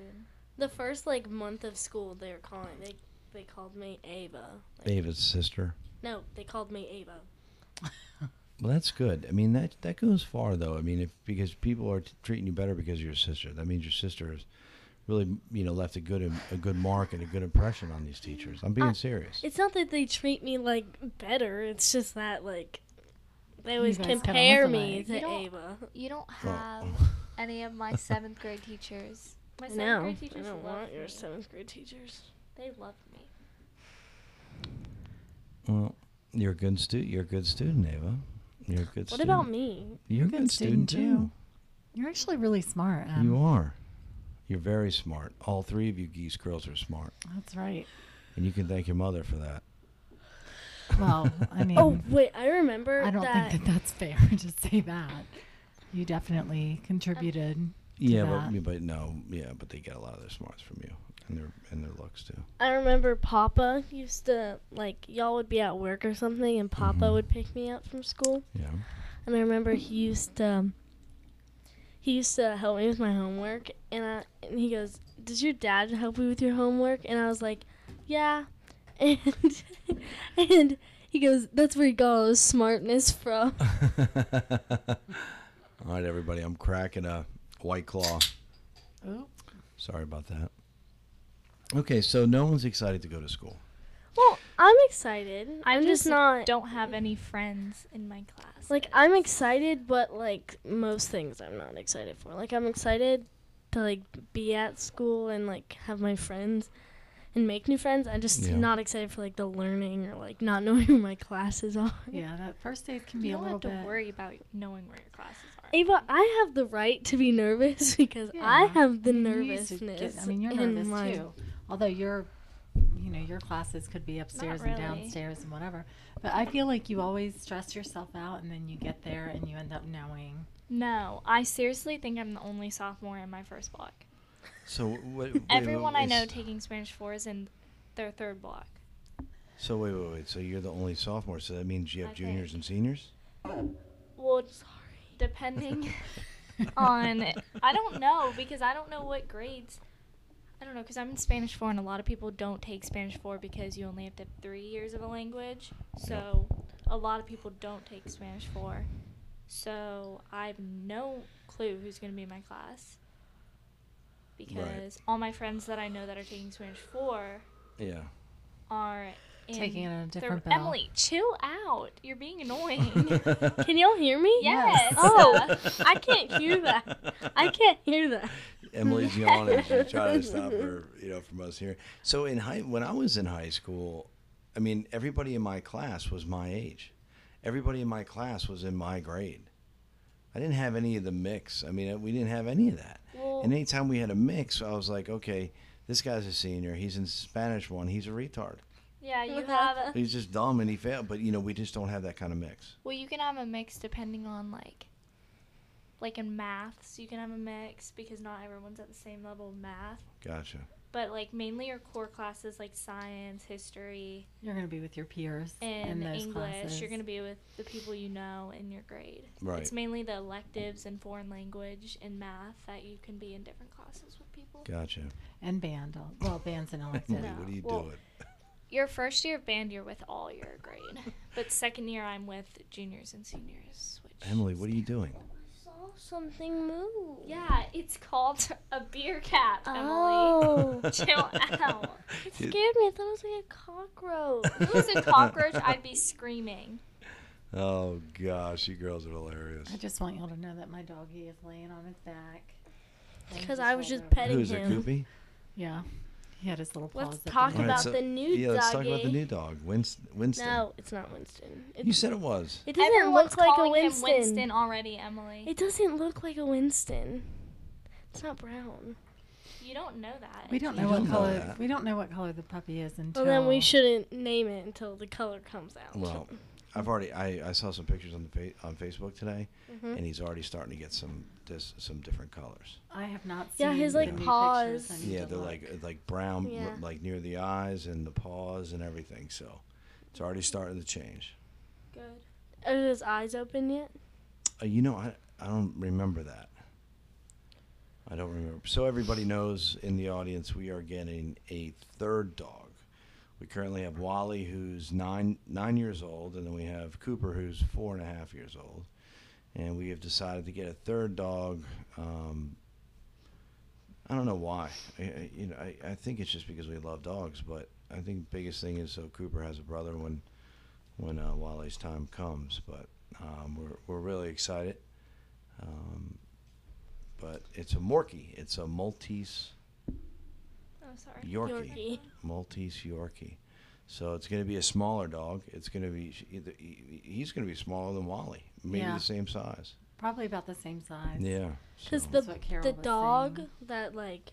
Speaker 3: The first like month of school, they were calling they they called me Ava. Like,
Speaker 1: Ava's sister?
Speaker 3: No, they called me Ava.
Speaker 1: Well, that's good. I mean, that that goes far though. I mean, if because people are t- treating you better because you're a sister, that means your sister has really, you know, left a good im- a good mark and a good impression on these teachers. I'm being
Speaker 3: Uh,
Speaker 1: serious.
Speaker 3: It's not that they treat me like better. It's just that like they
Speaker 2: You
Speaker 3: always
Speaker 2: guys kinda
Speaker 3: compare
Speaker 2: look
Speaker 3: me
Speaker 2: alike.
Speaker 3: to
Speaker 4: You don't-
Speaker 3: Ava.
Speaker 4: You don't
Speaker 1: Well,
Speaker 4: have any of my seventh grade teachers. My seventh
Speaker 3: um, No,
Speaker 4: grade
Speaker 3: I
Speaker 4: teachers
Speaker 3: don't
Speaker 4: loved
Speaker 3: want your
Speaker 4: me.
Speaker 3: seventh grade teachers.
Speaker 4: They loved me.
Speaker 1: well, you're a good student. You're a good student, Ava. You're a good
Speaker 3: What
Speaker 1: student.
Speaker 3: about me?
Speaker 1: You're a good student, too.
Speaker 2: You're actually really smart. Em.
Speaker 3: Um,
Speaker 1: you are. You're very smart. All three of you geese girls are smart,
Speaker 2: That's right.
Speaker 1: and you can thank your mother for that.
Speaker 2: Well, I mean,
Speaker 3: Oh wait, I remember
Speaker 2: I don't
Speaker 3: that.
Speaker 2: think that that's fair to say that. You definitely contributed.
Speaker 1: Yeah,
Speaker 2: that.
Speaker 1: but, but no, yeah, but they get a lot of their smarts from you and their and their looks too.
Speaker 3: I remember Papa used to like y'all would be at work or something, and Papa
Speaker 2: Mm-hmm.
Speaker 1: Mhm.
Speaker 3: would pick me up from school.
Speaker 1: Yeah.
Speaker 3: And I remember he used to um, he used to help me with my homework, and I and he goes, "Does your dad help you with your homework?" And I was like, "Yeah," and and he goes, "That's where he got all his smartness from."
Speaker 1: All right, everybody, I'm cracking a white claw.
Speaker 4: Um,
Speaker 2: Oh,
Speaker 1: Sorry about that. Okay, so no one's excited to go to school.
Speaker 3: Well, I'm excited. I'm, just, not
Speaker 4: Don't have any friends in my class.
Speaker 3: like I'm excited, but like most things, I'm not excited for. Like I'm excited to like be at school and like have my friends and make new friends. I'm just
Speaker 1: Yeah.
Speaker 3: not excited for like the learning or like not knowing who my classes are.
Speaker 2: yeah. That first day can be
Speaker 4: you
Speaker 2: a
Speaker 4: don't
Speaker 2: little
Speaker 4: have to
Speaker 2: bit.
Speaker 4: worry about knowing where your classes are.
Speaker 3: Ava, I have the right to be nervous because I
Speaker 2: Yeah.
Speaker 3: have the
Speaker 2: I mean, you used to get-
Speaker 3: nervousness.
Speaker 2: I mean, you're
Speaker 3: in
Speaker 2: nervous
Speaker 3: my-
Speaker 2: too. Although your, you know, your classes could be upstairs and
Speaker 4: really.
Speaker 2: downstairs and whatever. But I feel like you always stress yourself out, and then you get there and you end up knowing.
Speaker 4: No, I seriously think I'm the only sophomore in my first block.
Speaker 1: So what?
Speaker 4: Everyone I know taking Spanish four is in their third block.
Speaker 1: So wait, wait, wait. So you're the only sophomore. So that means you have
Speaker 4: I think.
Speaker 1: juniors and seniors.
Speaker 3: Well,
Speaker 4: Depending on, I don't know because I don't know what grades. I don't know because I'm in Spanish four, and a lot of people don't take Spanish four because you only have to have three years of a language. So a lot of people don't take Spanish four. So I have no clue who's going to be in my class because all my friends that I know that are taking Spanish four
Speaker 1: Yeah.
Speaker 4: are in
Speaker 2: Taking it on a
Speaker 4: they're-
Speaker 2: different bill.
Speaker 4: Emily, chill out. You're being annoying.
Speaker 3: can y'all hear me?
Speaker 4: yes.
Speaker 3: Oh, I can't hear that. I can't hear that.
Speaker 1: Emily's yawning. She's trying to stop her, you know, from us here. So in high, when I was in high school, I mean, everybody in my class was my age. Everybody in my class was in my grade. I didn't have any of the mix. I mean, we didn't have any of that.
Speaker 4: Well-
Speaker 1: and anytime we had a mix, I was like, okay, this guy's a senior. He's in Spanish one. He's a retard.
Speaker 4: yeah, you have a,
Speaker 1: He's just dumb and he failed. But you know, we just don't have that kind of mix.
Speaker 4: Well, you can have a mix depending on like like in maths, you can have a mix because not everyone's at the same level of math.
Speaker 1: Gotcha.
Speaker 4: But like mainly your core classes like science, history,
Speaker 2: You're going to be with your peers in
Speaker 4: and
Speaker 2: those
Speaker 4: English,
Speaker 2: classes.
Speaker 4: you're going to be with the people you know in your grade.
Speaker 1: Right.
Speaker 4: It's mainly the electives and foreign language and math that you can be in different classes with people.
Speaker 1: Gotcha.
Speaker 2: and band. al- Well, band's an elective.
Speaker 1: Emily, what are you
Speaker 4: Well-
Speaker 1: doing?
Speaker 4: Your first year of band, you're with all your grade, but second year I'm with juniors and seniors. Which
Speaker 1: Emily, what are you doing?
Speaker 3: saw something move.
Speaker 4: Yeah, it's called a beer cap, Emily.
Speaker 3: Oh.
Speaker 4: Chill out.
Speaker 3: It scared me. I thought it was like a cockroach.
Speaker 4: If it was a cockroach, I'd be screaming.
Speaker 1: Oh gosh, you girls are hilarious.
Speaker 2: I just want y'all to know that my doggie is laying on his back. Laying
Speaker 3: Because
Speaker 2: his
Speaker 3: I was just
Speaker 2: shoulder.
Speaker 3: petting
Speaker 1: Who's it,
Speaker 3: him.
Speaker 1: Koopy?
Speaker 2: Yeah. He had his little paws.
Speaker 3: Let's
Speaker 2: up in
Speaker 3: talk
Speaker 2: the air.
Speaker 1: Alright,
Speaker 3: about the new
Speaker 1: yeah, let's talk about the
Speaker 3: doggy.
Speaker 1: new dog, Winston. Winston.
Speaker 3: No, it's not Winston. It,
Speaker 1: You said it was.
Speaker 3: it doesn't
Speaker 4: Everyone's
Speaker 3: look like a
Speaker 4: calling him
Speaker 3: Winston.
Speaker 4: Winston already, Emily.
Speaker 3: It doesn't look like a Winston. It's not brown.
Speaker 4: you don't know that.
Speaker 2: We don't
Speaker 1: You
Speaker 2: know what
Speaker 1: don't know
Speaker 2: color.
Speaker 1: that.
Speaker 2: we don't know what color the puppy is until.
Speaker 3: Well, then we shouldn't name it until the color comes out.
Speaker 1: Well, I've already I, I saw some pictures on the fa- on Facebook today,
Speaker 3: Mm-hmm.
Speaker 1: and he's already starting to get some dis, some different colors.
Speaker 2: I have not seen.
Speaker 3: Yeah, his, like,
Speaker 2: the new
Speaker 3: paws.
Speaker 2: pictures. I need
Speaker 1: Yeah,
Speaker 2: to
Speaker 1: they're
Speaker 2: look.
Speaker 1: like like brown,
Speaker 3: Yeah.
Speaker 1: like near the eyes and the paws and everything. So it's already starting to change.
Speaker 4: Good.
Speaker 3: Are his eyes open yet?
Speaker 1: Uh, you know, I I don't remember that. I don't remember. So everybody knows in the audience we are getting a third dog. We currently have Wally, who's nine nine years old, and then we have Cooper, who's four and a half years old. And we have decided to get a third dog. Um, I don't know why. I, I, you know, I, I think it's just because we love dogs. But I think the biggest thing is so Cooper has a brother when when uh, Wally's time comes. But um, we're we're really excited. Um, but it's a Morkie. It's a Maltese
Speaker 4: Oh, sorry.
Speaker 1: Yorkie.
Speaker 3: Yorkie.
Speaker 1: Maltese Yorkie. So it's going to be a smaller dog. It's going to be sh- either- he- he's going to be smaller than Wally, maybe
Speaker 2: Yeah.
Speaker 1: the same size.
Speaker 2: probably about the same size.
Speaker 1: Yeah.
Speaker 3: Because
Speaker 1: so-
Speaker 3: the
Speaker 2: That's what Carol
Speaker 3: the
Speaker 2: was
Speaker 3: dog
Speaker 2: saying.
Speaker 3: that like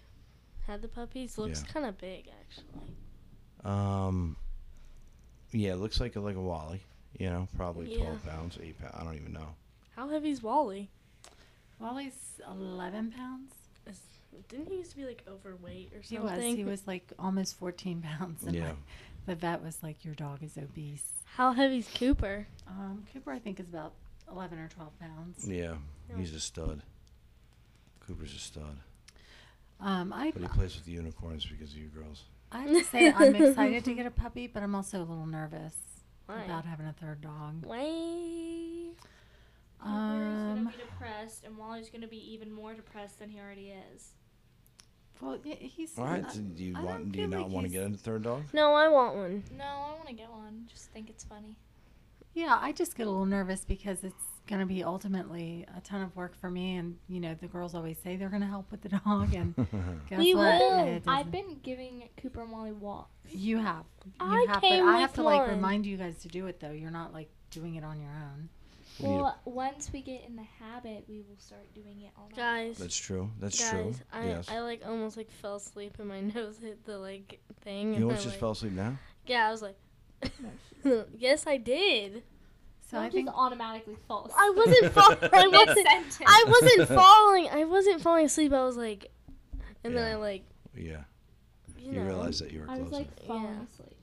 Speaker 3: had the puppies looks
Speaker 1: Yeah.
Speaker 3: kind of big actually.
Speaker 1: Um, yeah, it looks like a, like a Wally. You know, probably
Speaker 3: Yeah.
Speaker 1: twelve pounds, eight pounds. I don't even know.
Speaker 3: How heavy's Wally?
Speaker 2: Wally's 11 pounds.
Speaker 3: Didn't he used to be like overweight or
Speaker 2: He
Speaker 3: something?
Speaker 2: was. He was like almost 14 pounds. And
Speaker 1: Yeah.
Speaker 2: like, the vet was like, "Your dog is obese."
Speaker 3: How heavy's Cooper?
Speaker 2: Um, Cooper, I think, is about 11 or 12 pounds.
Speaker 1: Yeah,
Speaker 3: No.
Speaker 1: he's a stud. Cooper's a stud,
Speaker 2: Um, I,
Speaker 1: but he plays with the unicorns because of you girls.
Speaker 2: I have to say I'm excited to get a puppy, but I'm also a little nervous
Speaker 3: Why?
Speaker 2: about having a third dog.
Speaker 3: Why?
Speaker 4: He's
Speaker 2: Um,
Speaker 4: gonna be depressed, and Wally's gonna be even more depressed than he already is.
Speaker 2: well, yeah, he's.
Speaker 1: All right,
Speaker 2: not-
Speaker 1: so do you
Speaker 2: I
Speaker 1: want?
Speaker 2: don't
Speaker 1: Do you
Speaker 2: feel
Speaker 1: not
Speaker 2: like
Speaker 1: want to
Speaker 2: he's-
Speaker 1: get a third dog?
Speaker 3: No, I want one.
Speaker 4: No, I want to get one. Just think it's funny.
Speaker 2: Yeah, I just get a little nervous because it's going to be ultimately a ton of work for me, and you know the girls always say they're going to help with the dog, and guess
Speaker 3: We
Speaker 2: what?
Speaker 3: will.
Speaker 2: It doesn't-
Speaker 4: I've been giving Cooper and Wally walks.
Speaker 2: You have. You
Speaker 3: I
Speaker 2: have,
Speaker 3: came
Speaker 2: but I have
Speaker 3: with
Speaker 2: to like
Speaker 3: one.
Speaker 2: remind you guys to do it though. You're not like doing it on your own.
Speaker 1: We need a-
Speaker 4: Well, once we get in the habit, we will start doing it all. night.
Speaker 3: Guys,
Speaker 1: That's true. That's
Speaker 3: guys,
Speaker 1: true.
Speaker 3: I
Speaker 1: yes.
Speaker 3: I like almost like fell asleep and my nose hit the like thing.
Speaker 1: you
Speaker 3: and
Speaker 1: almost
Speaker 3: I,
Speaker 1: just
Speaker 3: like-
Speaker 1: fell asleep now.
Speaker 3: Yeah, I was like, yes, I did.
Speaker 2: So
Speaker 4: Don't
Speaker 2: I
Speaker 4: just
Speaker 2: think
Speaker 4: automatically false.
Speaker 3: I wasn't fall- I wasn't
Speaker 4: sentence.
Speaker 3: I wasn't falling. I wasn't falling asleep. I was like, And then
Speaker 1: Yeah.
Speaker 3: I like,
Speaker 1: Yeah.
Speaker 3: you,
Speaker 1: You,
Speaker 3: know,
Speaker 1: realized that you were
Speaker 4: I
Speaker 1: closer.
Speaker 4: was like falling
Speaker 3: Yeah.
Speaker 4: asleep.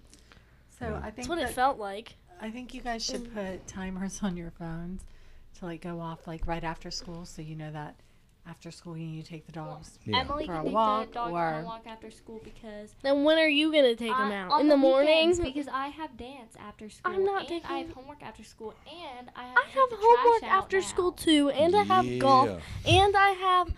Speaker 2: So
Speaker 1: Yeah.
Speaker 2: I think
Speaker 3: that's what it
Speaker 2: that-
Speaker 3: felt like.
Speaker 2: I think you guys should
Speaker 3: Mm.
Speaker 2: put timers on your phones to like go off like right after school, so you know that after school you need to take the dogs.
Speaker 1: Yeah.
Speaker 4: Emily
Speaker 2: For a
Speaker 4: can take
Speaker 2: walk
Speaker 4: the dog on
Speaker 2: or-
Speaker 4: a walk after school because
Speaker 3: Then when are you gonna take
Speaker 4: I-
Speaker 3: them out
Speaker 4: on
Speaker 3: in the, morning?
Speaker 4: weekends because I have dance after school.
Speaker 3: I'm not
Speaker 4: and
Speaker 3: taking-
Speaker 4: I have homework after school, and I have,
Speaker 3: I
Speaker 4: to take
Speaker 3: have
Speaker 4: the trash
Speaker 3: homework
Speaker 4: out
Speaker 3: after
Speaker 4: now.
Speaker 3: school too, and I have golf, and I have,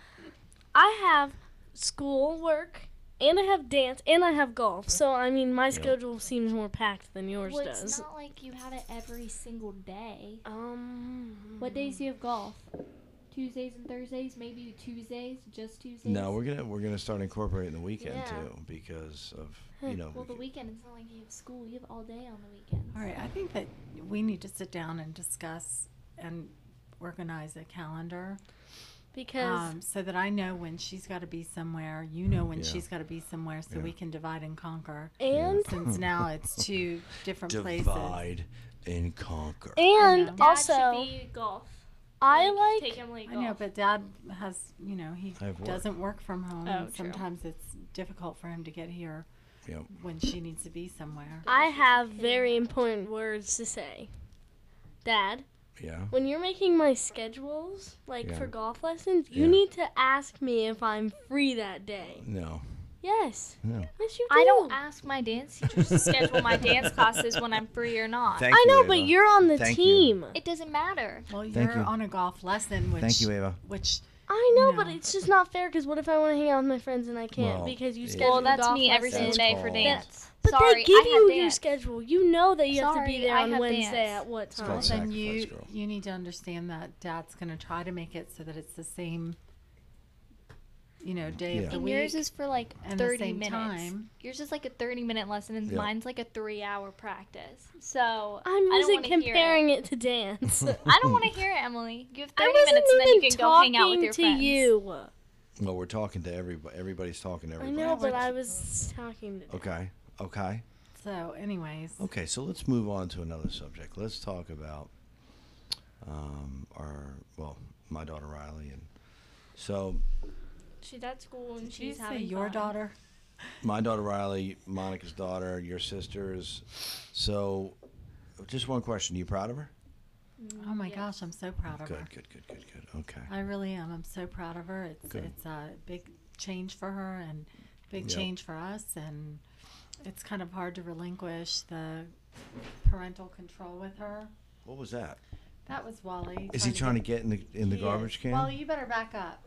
Speaker 3: I have school work, and I have dance, and I have golf. So I mean, my schedule seems more packed than yours
Speaker 4: Well,
Speaker 3: does.
Speaker 4: it's not like you have it every single day.
Speaker 3: Um.
Speaker 4: What days do you have golf? Tuesdays and Thursdays, maybe Tuesdays, just Tuesdays.
Speaker 1: No, we're gonna we're gonna start incorporating the weekend
Speaker 3: Yeah.
Speaker 1: too because of you
Speaker 3: Hmm.
Speaker 1: know.
Speaker 4: Well,
Speaker 1: we
Speaker 4: the
Speaker 1: could-
Speaker 4: weekend it's not like you have school. You have all day on the weekend.
Speaker 2: All right, I think that we need to sit down and discuss and organize a calendar
Speaker 3: Because
Speaker 2: um, so that I know when she's got to be somewhere, you know when
Speaker 1: Yeah.
Speaker 2: she's got to be somewhere, so
Speaker 1: Yeah.
Speaker 2: we can divide and conquer.
Speaker 3: and
Speaker 2: Since now it's two different places.
Speaker 1: divide and conquer.
Speaker 3: and
Speaker 2: know.
Speaker 4: Dad should
Speaker 3: also
Speaker 4: be golf.
Speaker 3: I
Speaker 4: take
Speaker 3: like
Speaker 4: Emily
Speaker 2: I
Speaker 4: golf.
Speaker 2: know, but Dad has, you know, he
Speaker 1: I have work.
Speaker 2: doesn't work from home.
Speaker 3: Oh,
Speaker 2: and
Speaker 3: true.
Speaker 2: Sometimes it's difficult for him to get here
Speaker 1: Yep.
Speaker 2: when she needs to be somewhere.
Speaker 3: I have very important words to say. Dad,
Speaker 1: Yeah.
Speaker 3: when you're making my schedules, like
Speaker 1: Yeah.
Speaker 3: for golf lessons, you
Speaker 1: Yeah.
Speaker 3: need to ask me if I'm free that day.
Speaker 1: No.
Speaker 3: Yes.
Speaker 1: No.
Speaker 3: Yes, you do.
Speaker 4: I don't ask my dance teachers to schedule my dance classes when I'm free or not.
Speaker 1: Thank
Speaker 3: I
Speaker 1: you,
Speaker 3: know,
Speaker 1: Ava.
Speaker 3: but you're on the
Speaker 1: Thank you.
Speaker 3: team.
Speaker 4: it doesn't matter.
Speaker 2: Well,
Speaker 1: Thank
Speaker 2: you're
Speaker 1: you.
Speaker 2: on a golf lesson, which
Speaker 1: Thank you, Ava.
Speaker 2: which
Speaker 3: I know, but
Speaker 2: No.
Speaker 3: it's just not fair because what if I want to hang out with my friends and I can't
Speaker 1: Well,
Speaker 3: because you
Speaker 1: yeah.
Speaker 3: schedule
Speaker 4: Well, that's
Speaker 3: golf
Speaker 4: me every
Speaker 3: lessons?
Speaker 1: That's
Speaker 4: single day for
Speaker 1: called-
Speaker 4: dance.
Speaker 3: But
Speaker 4: Sorry,
Speaker 3: they give
Speaker 4: I
Speaker 3: you
Speaker 4: have
Speaker 3: your
Speaker 4: dance.
Speaker 3: schedule. You know that you have to
Speaker 4: Sorry,
Speaker 3: be there
Speaker 4: I
Speaker 3: on
Speaker 4: have
Speaker 3: Wednesday
Speaker 4: dance.
Speaker 3: at what
Speaker 1: called
Speaker 3: time?
Speaker 2: well, then you
Speaker 1: sacrifice girl.
Speaker 2: you need to understand that Dad's going to try to make it so that it's the same, you know, day
Speaker 1: Yeah.
Speaker 2: of the
Speaker 4: And
Speaker 2: week
Speaker 4: yours is for like
Speaker 2: and the
Speaker 4: 30
Speaker 2: same
Speaker 4: minutes.
Speaker 2: time.
Speaker 4: Yours is like a 30 minute lesson, and
Speaker 1: Yeah.
Speaker 4: mine's like a three hour practice. So
Speaker 3: I'm
Speaker 4: I don't
Speaker 3: using
Speaker 4: want to hear it.
Speaker 3: comparing it to dance.
Speaker 4: I don't want to hear it, Emily. You have
Speaker 3: I
Speaker 4: 30
Speaker 3: wasn't
Speaker 4: minutes, and then you
Speaker 3: even
Speaker 4: can go hang out with
Speaker 3: talking
Speaker 4: your
Speaker 3: to
Speaker 4: friends.
Speaker 3: you.
Speaker 1: Well, we're talking to everybody. Everybody's talking to
Speaker 3: I
Speaker 1: everybody.
Speaker 3: know,
Speaker 2: Everybody.
Speaker 3: but I was talking to.
Speaker 1: Okay. Okay.
Speaker 2: So, anyways,
Speaker 4: Oh.
Speaker 1: Okay. So let's move on to another subject. Let's talk about um, our well, my daughter Riley, and so
Speaker 4: She's at school, and
Speaker 2: did you
Speaker 4: she's
Speaker 2: say
Speaker 4: having
Speaker 2: your
Speaker 4: fun.
Speaker 2: daughter?
Speaker 1: my daughter Riley, Monica's daughter, your sisters. So, just one question: You proud of her?
Speaker 2: Oh my
Speaker 4: yes.
Speaker 2: gosh, I'm so proud of her.
Speaker 1: Good. Good. Good. Good. Good. Okay.
Speaker 2: I really am. I'm so proud of her. It's
Speaker 1: Good.
Speaker 2: it's a big change for her and big
Speaker 1: Yeah.
Speaker 2: change for us, and it's kind of hard to relinquish the parental control with her.
Speaker 1: What was that?
Speaker 2: That was Wally.
Speaker 1: Is he
Speaker 2: get-
Speaker 1: trying to get in the in the
Speaker 3: He is.
Speaker 1: garbage can?
Speaker 2: Well, you better back up.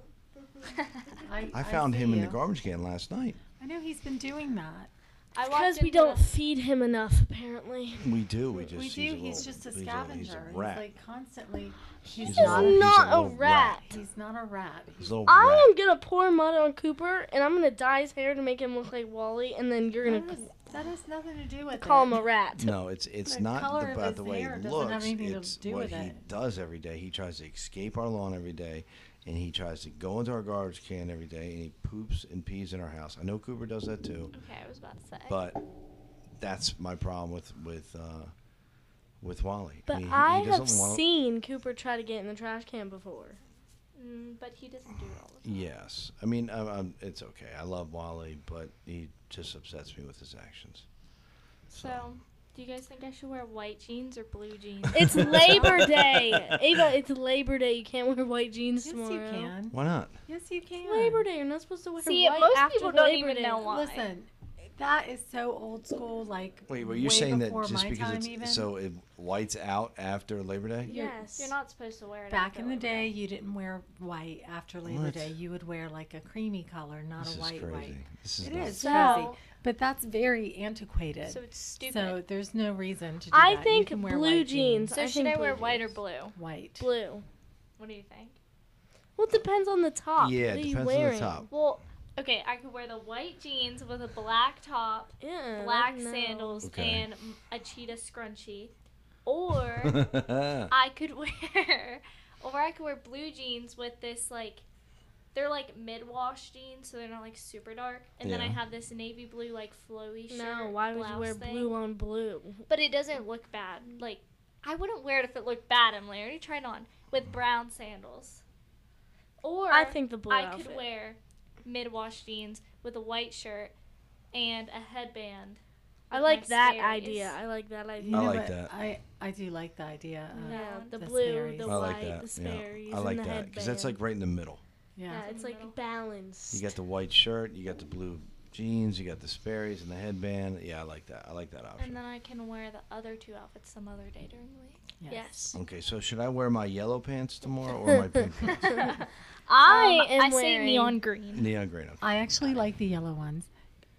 Speaker 2: I,
Speaker 1: I found
Speaker 2: see
Speaker 1: him in the
Speaker 2: you.
Speaker 1: garbage can last night.
Speaker 2: I know he's been doing that.
Speaker 4: I walked
Speaker 3: Because we
Speaker 4: into
Speaker 3: don't
Speaker 4: the-
Speaker 3: feed him enough, apparently.
Speaker 1: We do. We just.
Speaker 2: we
Speaker 1: he's
Speaker 2: do.
Speaker 1: a
Speaker 2: He's
Speaker 1: little-
Speaker 2: just a
Speaker 1: he's
Speaker 2: scavenger.
Speaker 1: He's, a
Speaker 2: He's,
Speaker 1: rat.
Speaker 2: like constantly. He's,
Speaker 1: He's a little-
Speaker 2: not. A,
Speaker 1: he's
Speaker 3: not a
Speaker 1: little
Speaker 3: rat.
Speaker 2: he's not a rat.
Speaker 1: He's
Speaker 2: He's
Speaker 1: a little
Speaker 3: I am
Speaker 1: rat.
Speaker 3: gonna pour mud on Cooper, and I'm gonna dye his hair to make him look like Wally, and then you're
Speaker 2: that,
Speaker 3: gonna
Speaker 2: has, that has nothing to do with
Speaker 3: call
Speaker 2: it.
Speaker 3: him a rat.
Speaker 1: No, it's it's
Speaker 2: The
Speaker 1: not
Speaker 2: color of
Speaker 1: about
Speaker 2: his
Speaker 1: the way
Speaker 2: hair
Speaker 1: he
Speaker 2: doesn't have
Speaker 1: looks.
Speaker 2: anything to
Speaker 1: It's
Speaker 2: do
Speaker 1: what
Speaker 2: with
Speaker 1: he
Speaker 2: it.
Speaker 1: does every day. He tries to escape our lawn every day, and he tries to go into our garbage can every day, and he poops and pees in our house. I know Cooper does that too,
Speaker 4: Okay, I was about to say.
Speaker 1: but that's my problem with with uh, with Wally.
Speaker 3: But
Speaker 1: I, mean, he,
Speaker 3: I
Speaker 1: he doesn't
Speaker 3: have
Speaker 1: want.
Speaker 3: seen Cooper try to get in the trash can before.
Speaker 4: Mm, but he doesn't do it all the time.
Speaker 1: Yes, I mean i I'm, it's okay. I love Wally, but he just upsets me with his actions.
Speaker 4: So, do you guys think I should wear white jeans or blue jeans?
Speaker 3: It's Labor Day, Ava. It's Labor Day. You can't wear white jeans
Speaker 2: Yes,
Speaker 3: tomorrow.
Speaker 2: you can.
Speaker 1: Why not?
Speaker 2: Yes, you can.
Speaker 3: Labor Day. You're not supposed to wear
Speaker 4: See,
Speaker 3: white
Speaker 4: most
Speaker 3: after
Speaker 4: people don't
Speaker 3: Labor
Speaker 4: even
Speaker 3: Day.
Speaker 4: know why.
Speaker 2: Listen, that is so old school. Like
Speaker 1: Wait, were you
Speaker 2: way
Speaker 1: saying that
Speaker 2: before
Speaker 1: just
Speaker 2: my
Speaker 1: because
Speaker 2: time
Speaker 1: it's
Speaker 2: even.
Speaker 1: so it lights out after Labor Day?
Speaker 4: You're-
Speaker 3: Yes.
Speaker 4: You're not supposed to wear it.
Speaker 2: Back
Speaker 4: after
Speaker 2: in the
Speaker 4: Labor
Speaker 2: day, you didn't wear white after Labor
Speaker 1: What?
Speaker 2: Day. You would wear like a creamy color, not
Speaker 1: This
Speaker 2: a
Speaker 1: is
Speaker 2: white
Speaker 1: crazy.
Speaker 2: white.
Speaker 1: This is
Speaker 2: It
Speaker 1: nuts.
Speaker 2: is
Speaker 4: So-
Speaker 2: crazy, but that's very antiquated.
Speaker 4: So it's stupid.
Speaker 2: So there's no reason to do
Speaker 3: I
Speaker 2: that. You
Speaker 3: think
Speaker 2: can wear
Speaker 3: blue
Speaker 2: white
Speaker 3: jeans.
Speaker 4: So
Speaker 3: I
Speaker 4: should
Speaker 3: think
Speaker 4: I wear
Speaker 3: blue
Speaker 4: white or
Speaker 3: jeans.
Speaker 4: blue?
Speaker 2: White.
Speaker 3: Blue.
Speaker 4: What do you think?
Speaker 3: Well, it depends on the top.
Speaker 1: Yeah,
Speaker 3: what
Speaker 1: it
Speaker 3: are you
Speaker 1: depends on
Speaker 3: wearing?
Speaker 1: the top.
Speaker 4: Well, okay, I could wear the white jeans with a black top,
Speaker 3: Yeah,
Speaker 4: black
Speaker 3: no.
Speaker 4: sandals,
Speaker 1: Okay.
Speaker 4: and m- a cheetah scrunchie, or I could wear, or I could wear blue jeans with this like, they're like mid-wash jeans, so they're not like super dark, and then I
Speaker 1: Yeah.
Speaker 4: have this navy blue like flowy shirt.
Speaker 3: No, why would you
Speaker 4: blouse
Speaker 3: wear
Speaker 4: thing.
Speaker 3: blue on blue?
Speaker 4: But it doesn't look bad. Like I wouldn't wear it if it looked bad. Emily, I already tried on with brown sandals. Or
Speaker 3: I think the blue
Speaker 4: I
Speaker 3: outfit.
Speaker 4: could wear mid-wash jeans with a white shirt and a headband.
Speaker 3: I
Speaker 4: with
Speaker 3: like
Speaker 4: my
Speaker 3: that
Speaker 4: Sperry's.
Speaker 3: idea. I like that idea.
Speaker 2: You know
Speaker 1: like
Speaker 2: what?
Speaker 1: that.
Speaker 2: I, I do like the idea. Of,
Speaker 4: Yeah.
Speaker 3: Yeah, the
Speaker 2: the
Speaker 3: blue,
Speaker 2: Sperry's.
Speaker 3: the
Speaker 2: I
Speaker 1: I
Speaker 3: white,
Speaker 1: like that.
Speaker 3: the
Speaker 1: yeah.
Speaker 3: Sperry's,
Speaker 1: I like
Speaker 3: and the
Speaker 1: that
Speaker 3: because
Speaker 1: that's like right in the middle.
Speaker 2: yeah.
Speaker 3: yeah, it's like balanced.
Speaker 1: You got the white shirt, you got the blue jeans, you got the Sperry's and the headband. Yeah, I like that. I like that
Speaker 4: And
Speaker 1: option.
Speaker 4: then I can wear the other two outfits some other day during the week.
Speaker 3: yes.
Speaker 1: Okay, so should I wear my yellow pants tomorrow or my pink pants?
Speaker 3: I
Speaker 4: Um,
Speaker 3: am
Speaker 4: I
Speaker 3: wearing
Speaker 4: say neon green.
Speaker 1: Neon green. Okay.
Speaker 2: I actually like the yellow ones.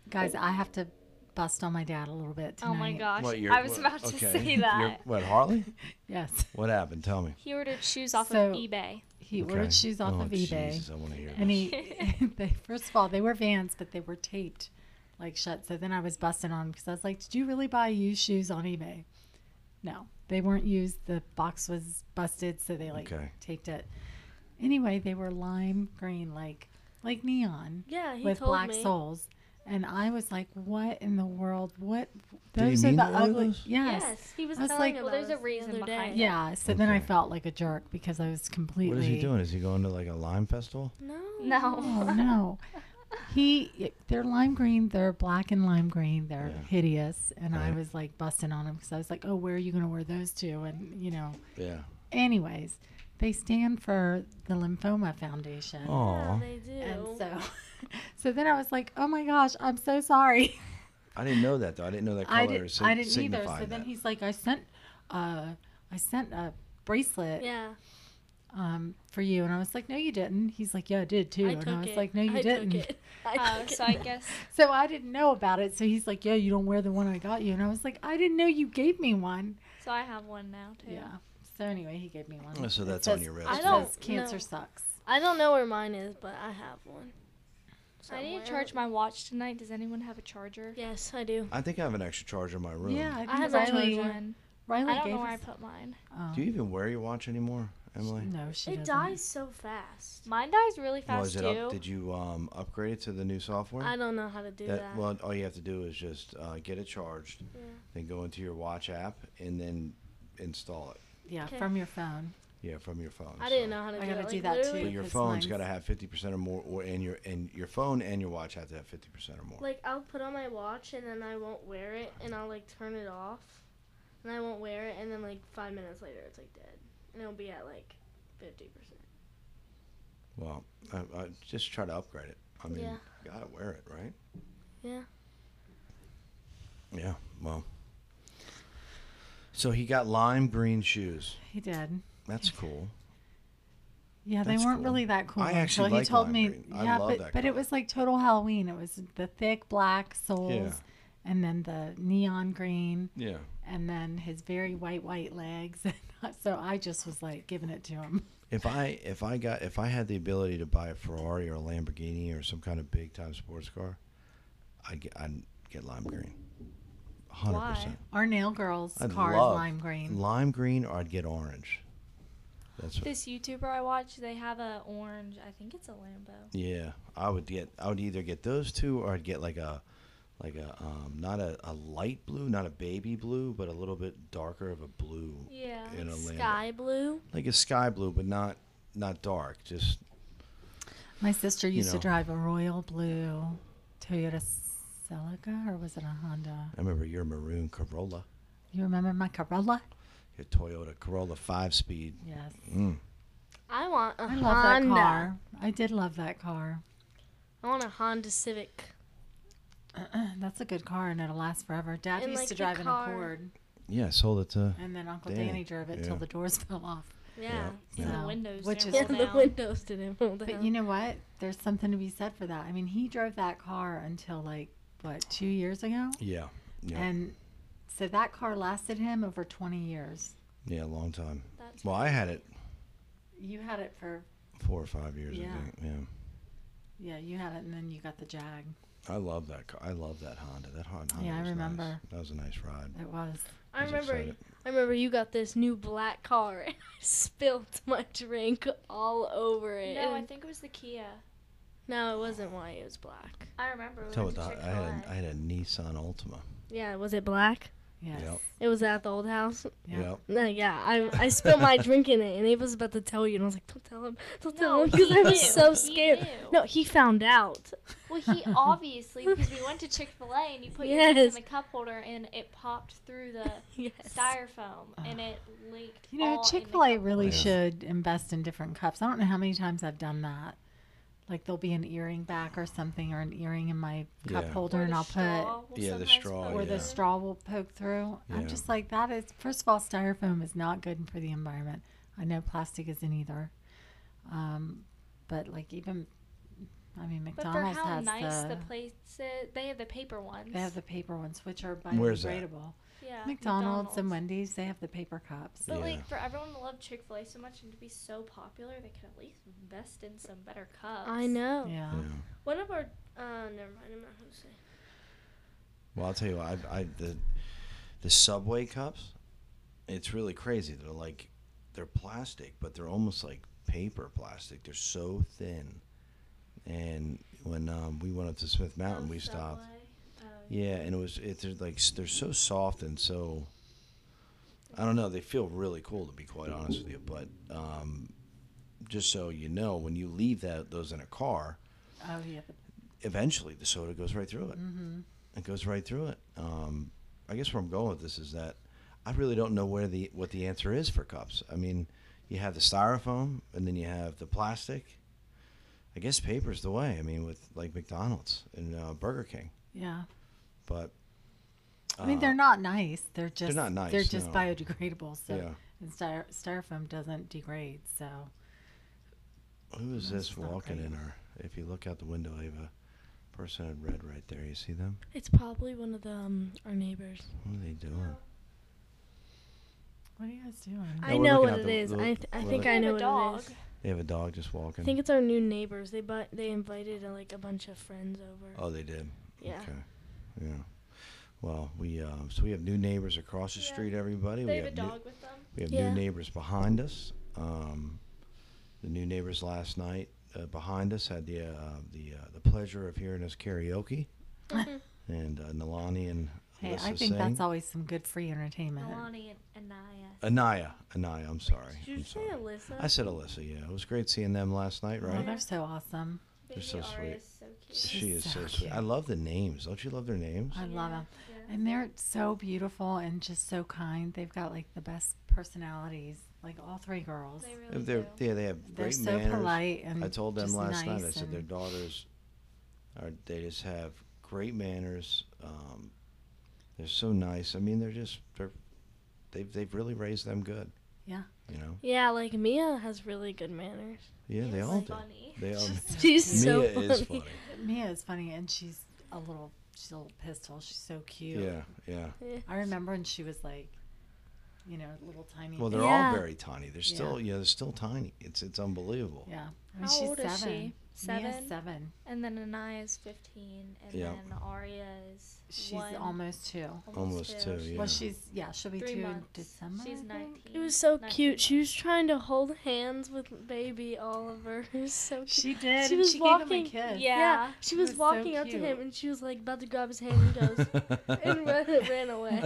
Speaker 2: Guys, I have to bust on my dad a little bit tonight.
Speaker 4: Oh my gosh!
Speaker 1: What, you're-
Speaker 4: I was
Speaker 1: what-
Speaker 4: about to
Speaker 1: okay.
Speaker 4: say
Speaker 1: You're-
Speaker 4: that.
Speaker 1: what Harley?
Speaker 2: Yes.
Speaker 1: What happened? Tell me.
Speaker 4: He ordered shoes off
Speaker 2: So-
Speaker 4: of eBay.
Speaker 2: He
Speaker 1: Okay.
Speaker 2: ordered shoes off
Speaker 1: oh,
Speaker 2: of eBay.
Speaker 1: Jesus, I want to hear.
Speaker 2: And he, they, first of all, they were Vans, but they were taped like shut. So then I was busting on because I was like, "Did you really buy used shoes on eBay?" No, they weren't used. The box was busted, so they like
Speaker 1: Okay.
Speaker 2: taped it. Anyway, they were lime green, like like neon
Speaker 3: Yeah, he
Speaker 2: with
Speaker 3: told
Speaker 2: black
Speaker 3: me.
Speaker 2: soles. And I was what what in the world? What
Speaker 1: Did he
Speaker 2: those are
Speaker 1: mean
Speaker 2: the
Speaker 1: to order
Speaker 2: ugly.
Speaker 1: those?
Speaker 2: Yes.
Speaker 3: Yes, he was,
Speaker 2: I was
Speaker 3: telling
Speaker 2: like,
Speaker 3: about
Speaker 4: Well, there's
Speaker 3: us
Speaker 4: a reason
Speaker 3: the other
Speaker 4: behind
Speaker 3: day.
Speaker 4: it.
Speaker 2: Yeah. So then I
Speaker 1: Okay.
Speaker 2: felt like a jerk because I was completely.
Speaker 1: What is he doing? Is he going to like a lime festival?
Speaker 3: No.
Speaker 2: Oh
Speaker 4: No.
Speaker 2: no. He, they're lime green. They're black and lime green. They're
Speaker 1: Yeah.
Speaker 2: hideous, and I
Speaker 1: Right.
Speaker 2: was like busting on him because I was like, "Oh, where are you gonna wear those to?" And you know,
Speaker 1: Yeah.
Speaker 2: anyways, they stand for the Lymphoma Foundation,
Speaker 1: Oh,
Speaker 3: Yeah, they do.
Speaker 2: and so, so then I was like, "Oh my gosh, I'm so sorry."
Speaker 1: I didn't know that though. I didn't know that color
Speaker 2: I didn't,
Speaker 1: sig-
Speaker 2: I didn't either. So
Speaker 1: signified
Speaker 2: then
Speaker 1: that.
Speaker 2: he's like, "I sent, uh, I sent a bracelet
Speaker 3: yeah,
Speaker 2: um for you," and I was like, "No, you didn't." He's like, "Yeah, I did too,"
Speaker 3: I
Speaker 2: and
Speaker 3: took
Speaker 2: I was
Speaker 3: it.
Speaker 2: like, "No, you
Speaker 3: I took
Speaker 2: didn't." Oh,
Speaker 3: it. I
Speaker 4: Uh,
Speaker 3: took
Speaker 4: so
Speaker 3: it.
Speaker 4: I guess
Speaker 2: So I didn't know about it. So he's like, "Yeah, you don't wear the one I got you," and I was like, "I didn't know you gave me one."
Speaker 4: so. I have one now too.
Speaker 2: Yeah. So anyway, he gave me one.
Speaker 1: Oh, so
Speaker 2: It
Speaker 1: that's on
Speaker 2: says-
Speaker 1: your wrist,
Speaker 2: it
Speaker 3: I
Speaker 2: says
Speaker 3: don't
Speaker 2: cancer
Speaker 3: know.
Speaker 2: sucks.
Speaker 3: I don't know where mine is, but I have one.
Speaker 4: I need
Speaker 3: Somewhere.
Speaker 4: to charge my watch tonight. Does anyone have a charger?
Speaker 3: Yes, I do.
Speaker 1: I think I have an extra charger in my room.
Speaker 2: Yeah, I think
Speaker 4: I have a
Speaker 2: Riley.
Speaker 4: charger.
Speaker 2: Riley
Speaker 4: I don't
Speaker 2: gave
Speaker 4: know where I
Speaker 2: us-
Speaker 4: put mine.
Speaker 2: oh.
Speaker 1: Do you even wear your watch anymore, Emily?
Speaker 2: No, she
Speaker 3: It
Speaker 2: doesn't.
Speaker 3: dies so fast.
Speaker 4: Mine dies really fast
Speaker 1: Was it
Speaker 4: too.
Speaker 1: up? Did you um, upgrade it to the new software?
Speaker 3: I don't know how to do that.
Speaker 1: Well, all you have to do is just uh, get it charged,
Speaker 3: Yeah.
Speaker 1: then go into your watch app, and then install it.
Speaker 2: Yeah,
Speaker 3: Okay.
Speaker 2: from your phone.
Speaker 1: Yeah, from your phone.
Speaker 3: I didn't
Speaker 1: so-
Speaker 3: know how to
Speaker 2: I
Speaker 3: do
Speaker 2: gotta
Speaker 3: it.
Speaker 2: do
Speaker 3: like,
Speaker 2: that too.
Speaker 1: But
Speaker 3: literally-
Speaker 1: your
Speaker 2: Because
Speaker 1: phone's
Speaker 2: mine's-
Speaker 1: got to have fifty percent or more, or and your and your phone and your watch have to have fifty percent or more.
Speaker 3: Like I'll put on my watch and then I won't wear it and I'll like turn it off, and I won't wear it and then like five minutes later it's like dead and it'll be at like fifty percent.
Speaker 1: Well, I, I just try to upgrade it. I mean,
Speaker 3: Yeah.
Speaker 1: you gotta wear it, right?
Speaker 3: Yeah.
Speaker 1: Yeah. Well. So he got lime green shoes.
Speaker 2: He did.
Speaker 1: That's cool.
Speaker 2: Yeah, they
Speaker 1: That's
Speaker 2: weren't
Speaker 1: cool.
Speaker 2: really that cool
Speaker 1: I
Speaker 2: until
Speaker 1: actually
Speaker 2: he
Speaker 1: like
Speaker 2: told
Speaker 1: lime
Speaker 2: me.
Speaker 1: green. I
Speaker 2: yeah,
Speaker 1: love
Speaker 2: but
Speaker 1: that
Speaker 2: but it
Speaker 1: color.
Speaker 2: was like total Halloween. It was the thick black soles, and then the neon green.
Speaker 1: Yeah.
Speaker 2: and then his very white white legs so i just was like giving it to him
Speaker 1: If I if I got if I had the ability to buy a Ferrari or a Lamborghini or some kind of big time sports car, I'd get I'd get lime green. A Hundred
Speaker 4: Why?
Speaker 1: percent.
Speaker 2: our nail girls
Speaker 1: I'd
Speaker 2: car
Speaker 1: love
Speaker 2: is lime green
Speaker 1: Lime green or I'd get orange. That's what,
Speaker 4: This YouTuber I watch, they have a orange. I think it's a Lambo.
Speaker 1: yeah. I would get I would either get those two or I'd get like a like a um, not a, a light blue, not a baby blue, but a little bit darker of a blue
Speaker 4: Yeah.
Speaker 1: in a Lambo.
Speaker 3: Sky blue.
Speaker 1: Like a sky blue, but not not dark. Just
Speaker 2: my sister used
Speaker 1: know.
Speaker 2: to drive a royal blue toyota celica or was it a honda
Speaker 1: I remember your maroon Corolla,
Speaker 2: you remember my corolla
Speaker 1: your Toyota Corolla five speed.
Speaker 2: yes
Speaker 1: Mm.
Speaker 3: I want a
Speaker 2: i love
Speaker 3: Honda.
Speaker 2: that car i did love that car
Speaker 3: I want a Honda Civic.
Speaker 2: that's a good car and it'll last forever dad
Speaker 3: And,
Speaker 2: used
Speaker 3: like,
Speaker 2: to
Speaker 3: the
Speaker 2: drive an
Speaker 3: car-
Speaker 2: accord
Speaker 1: Yeah, I sold it to.
Speaker 2: and then uncle
Speaker 1: Danny,
Speaker 2: danny, drove it
Speaker 1: yeah.
Speaker 2: till the doors fell off
Speaker 3: Yeah.
Speaker 4: And
Speaker 2: Yeah.
Speaker 4: the windows.
Speaker 2: Which is-
Speaker 4: didn't
Speaker 3: Yeah,
Speaker 4: roll
Speaker 2: Well,
Speaker 3: the
Speaker 4: down.
Speaker 3: windows didn't roll down.
Speaker 2: But you know what? There's something to be said for that. I mean, he drove that car until like what two years ago,
Speaker 1: Yeah, yeah,
Speaker 2: and so that car lasted him over 20 years.
Speaker 1: yeah, a long time.
Speaker 4: That's
Speaker 1: Well, I had it
Speaker 2: You had it for
Speaker 1: four or five years. I
Speaker 2: Yeah.
Speaker 1: think. Yeah,
Speaker 2: yeah, you had it, and then you got the Jag.
Speaker 1: I love that car. I love that Honda. That Hon- Honda.
Speaker 2: Yeah, I
Speaker 1: was nice.
Speaker 2: remember.
Speaker 1: That was a nice ride.
Speaker 2: It was
Speaker 3: I
Speaker 1: was
Speaker 3: remember.
Speaker 1: excited.
Speaker 3: I remember you got this new black car and I spilled my drink all over it.
Speaker 4: No, I
Speaker 3: And-
Speaker 4: think it was the Kia.
Speaker 3: no, it wasn't white. It was black.
Speaker 4: I remember. We
Speaker 1: Tell
Speaker 4: went
Speaker 1: what
Speaker 4: to
Speaker 1: the, I had. A, I
Speaker 4: Chick-fil-A.
Speaker 1: had a Nissan Altima.
Speaker 3: Yeah, was it black?
Speaker 2: Yes.
Speaker 1: Yep.
Speaker 3: It was at the old house.
Speaker 2: Yeah.
Speaker 1: Yep.
Speaker 3: No, yeah, I I spilled my drink in it, and Abe was about to tell you, and I was like, "Don't tell him, don't tell
Speaker 4: No,
Speaker 3: him," because
Speaker 4: he
Speaker 3: I
Speaker 4: knew,
Speaker 3: was so
Speaker 4: he
Speaker 3: scared.
Speaker 4: knew.
Speaker 3: No, he found out.
Speaker 4: Well, he obviously because we went to Chick Fil A and you put your
Speaker 3: Yes.
Speaker 4: drinks in the cup holder and it popped through the
Speaker 3: Yes.
Speaker 4: styrofoam and it leaked.
Speaker 2: You know,
Speaker 4: all in the
Speaker 2: Chick fil A
Speaker 4: cup
Speaker 2: really
Speaker 1: Yeah.
Speaker 2: should invest in different cups. I don't know how many times I've done that. Like there'll be an earring back or something, or an earring in my cup
Speaker 1: Yeah.
Speaker 2: holder,
Speaker 4: Or
Speaker 2: and
Speaker 4: the
Speaker 2: I'll
Speaker 4: straw will
Speaker 1: Yeah, the
Speaker 4: sometimes
Speaker 1: straw,
Speaker 2: put,
Speaker 4: poke
Speaker 2: or
Speaker 1: yeah.
Speaker 2: the
Speaker 4: in.
Speaker 2: straw will poke through.
Speaker 1: Yeah.
Speaker 2: I'm just like that is. First of all, styrofoam is not good for the environment. I know plastic isn't either, um, but like even, I mean,
Speaker 4: But for
Speaker 2: McDonald's
Speaker 4: how
Speaker 2: has
Speaker 4: nice the,
Speaker 2: the,
Speaker 4: place is, they have the paper ones.
Speaker 2: they have the paper ones, which are
Speaker 1: Where's that?
Speaker 2: biodegradable.
Speaker 4: yeah,
Speaker 2: McDonald's and Wendy's, they have the paper cups.
Speaker 4: But
Speaker 1: Yeah.
Speaker 4: like for everyone to love Chick Fil A so much and to be so popular, they could at least invest in some better cups.
Speaker 3: I know.
Speaker 2: Yeah.
Speaker 1: Yeah.
Speaker 3: One of our, uh, never mind. I'm not gonna say.
Speaker 1: Well, I'll tell you what. I, I the the subway cups. It's really crazy. They're like they're plastic, but they're almost like paper plastic. They're so thin. And when um, we went up to Smith Mountain, we stopped.
Speaker 4: um,
Speaker 1: Yeah, and it was it, they're like s- they're so soft and so. I don't know. They feel really cool to be quite honest with you, but um, just so you know, when you leave that those in a car,
Speaker 2: Oh yeah.
Speaker 1: eventually the soda goes right through it.
Speaker 2: hmm
Speaker 1: It goes right through it. Um, I guess where I'm going with this is that I really don't know where the what the answer is for cups. I mean, you have the styrofoam, and then you have the plastic. I guess paper's the way. I mean, with like McDonald's and uh, Burger King,
Speaker 2: Yeah.
Speaker 1: but
Speaker 2: I mean, they're not nice. They're just
Speaker 1: Uh, not nice,
Speaker 2: They're just
Speaker 1: no.
Speaker 2: biodegradable. So
Speaker 1: Yeah.
Speaker 2: and styro- styrofoam doesn't degrade. So
Speaker 1: Who is
Speaker 2: That's
Speaker 1: this
Speaker 2: not
Speaker 1: walking
Speaker 2: great.
Speaker 1: in our? If you look out the window, I have a person in red right there. You see them?
Speaker 3: It's probably one of the um, our neighbors.
Speaker 1: What are they doing?
Speaker 2: what are you guys doing?
Speaker 1: I
Speaker 3: I
Speaker 1: No, we're
Speaker 3: know
Speaker 1: looking
Speaker 3: what
Speaker 1: at
Speaker 3: it
Speaker 1: the-
Speaker 3: is.
Speaker 1: the-
Speaker 3: I th- I
Speaker 1: the-
Speaker 3: think
Speaker 4: They
Speaker 3: I
Speaker 4: have
Speaker 3: know
Speaker 4: a
Speaker 3: what
Speaker 4: dog.
Speaker 3: it is.
Speaker 1: They have a dog just walking.
Speaker 3: I think it's our new neighbors. They bu- they invited uh, like a bunch of friends over.
Speaker 1: oh, they did.
Speaker 3: Yeah.
Speaker 1: Okay. Yeah. Well, we uh, so we have new neighbors across the
Speaker 4: Yeah.
Speaker 1: street. Everybody.
Speaker 4: They
Speaker 1: we
Speaker 4: have a
Speaker 1: new-
Speaker 4: dog with them.
Speaker 1: We have
Speaker 3: Yeah.
Speaker 1: new neighbors behind us. Um, the new neighbors last night uh, behind us had the uh, the uh, the pleasure of hearing us karaoke, and uh, Nalani and
Speaker 2: hey,
Speaker 1: Alyssa
Speaker 2: I think that's
Speaker 1: sang.
Speaker 2: always some good free entertainment.
Speaker 4: Melanie and Anaya.
Speaker 1: Anaya. Anaya. I'm sorry.
Speaker 3: Did you
Speaker 1: I'm
Speaker 3: say
Speaker 1: sorry.
Speaker 3: Alyssa?
Speaker 1: I said Alyssa. Yeah, it was great seeing them last night,
Speaker 2: Oh,
Speaker 1: right?
Speaker 2: they're so awesome.
Speaker 4: Baby
Speaker 1: so
Speaker 4: Aria
Speaker 1: sweet.
Speaker 4: is so cute.
Speaker 1: She is so
Speaker 2: So
Speaker 1: sweet. I
Speaker 2: cute.
Speaker 1: love the names. Don't you love their names?
Speaker 2: I love them,
Speaker 4: Yeah.
Speaker 2: and they're so beautiful and just so kind. They've got like the best personalities. Like all three girls,
Speaker 4: They
Speaker 1: If
Speaker 4: really
Speaker 1: they're,
Speaker 4: do.
Speaker 1: yeah, they have
Speaker 2: they're
Speaker 1: great
Speaker 2: so
Speaker 1: manners.
Speaker 2: polite and
Speaker 1: I told them
Speaker 2: just
Speaker 1: last
Speaker 2: nice
Speaker 1: night. I said their
Speaker 2: and-
Speaker 1: daughters are they just have great manners. Um, they're so nice. I mean, they're just they're they've they've really raised them good.
Speaker 2: Yeah.
Speaker 1: You know.
Speaker 3: Yeah, like Mia has really good manners.
Speaker 1: Yeah, they
Speaker 4: It's
Speaker 1: all do.
Speaker 4: funny.
Speaker 1: They all.
Speaker 3: She's so
Speaker 1: Mia is
Speaker 3: funny.
Speaker 1: funny.
Speaker 2: Mia is funny, and she's a little she's a little pistol. She's so cute.
Speaker 1: Yeah, yeah.
Speaker 3: Yeah.
Speaker 2: I remember, and she was like, you know, little tiny.
Speaker 1: Well, they're
Speaker 3: Yeah.
Speaker 1: all very tiny. They're still yeah, they're still tiny. It's it's unbelievable.
Speaker 2: Yeah. I mean,
Speaker 4: How
Speaker 2: she's
Speaker 4: old
Speaker 2: seven.
Speaker 4: is she? Seven.
Speaker 2: Mia's seven.
Speaker 4: And then Anaya is 15. And
Speaker 1: Yeah.
Speaker 4: then Aria is
Speaker 2: She's
Speaker 4: one,
Speaker 2: almost two.
Speaker 1: Almost two, yeah.
Speaker 2: Well, she's yeah, she'll be
Speaker 4: Three
Speaker 2: two
Speaker 4: months.
Speaker 2: in December.
Speaker 4: She's
Speaker 2: I think.
Speaker 4: 19.
Speaker 3: It was so
Speaker 4: 19
Speaker 3: cute.
Speaker 4: months.
Speaker 3: She was trying to hold hands with baby Oliver. It was so cute.
Speaker 2: She did.
Speaker 3: She
Speaker 2: She,
Speaker 3: was
Speaker 2: she
Speaker 3: walking-
Speaker 2: gave him a kiss.
Speaker 4: yeah.
Speaker 3: she
Speaker 2: it
Speaker 3: was,
Speaker 2: was so
Speaker 3: walking up to
Speaker 2: cute.
Speaker 3: him and she was like about to grab his hand and goes and ran, ran away.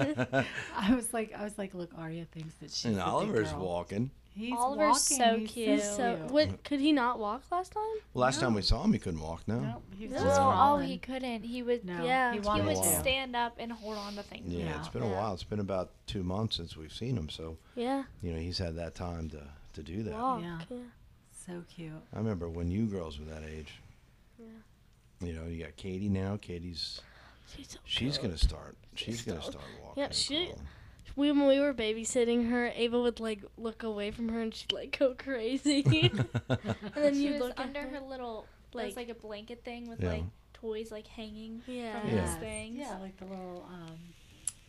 Speaker 2: I was like, I was like, look, Aria thinks that she's.
Speaker 1: and
Speaker 2: a big
Speaker 1: Oliver's
Speaker 2: girl.
Speaker 1: walking.
Speaker 2: He's
Speaker 4: Oliver's
Speaker 2: walking.
Speaker 4: so
Speaker 2: he's
Speaker 4: cute.
Speaker 3: He's so
Speaker 2: cute.
Speaker 3: what could he not walk last time?
Speaker 1: Last time
Speaker 2: No.
Speaker 1: we saw him, he couldn't walk. No.
Speaker 2: Nope, he was
Speaker 3: No.
Speaker 2: just
Speaker 1: Oh,
Speaker 4: Oh,
Speaker 2: crawling.
Speaker 4: he couldn't. He would.
Speaker 2: No,
Speaker 3: Yeah.
Speaker 2: he
Speaker 3: He
Speaker 1: Been
Speaker 4: He
Speaker 1: a
Speaker 2: wanted
Speaker 4: would
Speaker 1: while.
Speaker 2: to.
Speaker 4: stand up and hold on to things.
Speaker 1: Yeah,
Speaker 2: Yeah.
Speaker 1: it's been a
Speaker 3: Yeah.
Speaker 1: while. It's been about two months since we've seen him. So
Speaker 3: Yeah,
Speaker 1: you know he's had that time to to do that.
Speaker 3: walk. Yeah.
Speaker 2: Yeah. So cute.
Speaker 1: I remember when you girls were that age.
Speaker 3: Yeah.
Speaker 1: You know, you got Katie now. Katie's
Speaker 3: She's so
Speaker 1: she's
Speaker 3: cute.
Speaker 1: gonna start. She's
Speaker 3: She's
Speaker 1: gonna
Speaker 3: so-
Speaker 1: start walking.
Speaker 3: Yeah,
Speaker 1: and
Speaker 3: she-
Speaker 1: crawling.
Speaker 3: We, when we were babysitting her, Ava would like look away from her and she'd like go crazy. and then
Speaker 4: She
Speaker 3: you
Speaker 4: was
Speaker 3: look
Speaker 4: under
Speaker 3: at
Speaker 4: her
Speaker 3: her.
Speaker 4: little, like,
Speaker 3: Like-
Speaker 4: was like a blanket thing with
Speaker 1: Yeah.
Speaker 4: like toys like hanging
Speaker 3: Yeah.
Speaker 4: from
Speaker 1: Yeah.
Speaker 4: his
Speaker 2: Yes.
Speaker 4: things.
Speaker 2: Yeah, like the little um,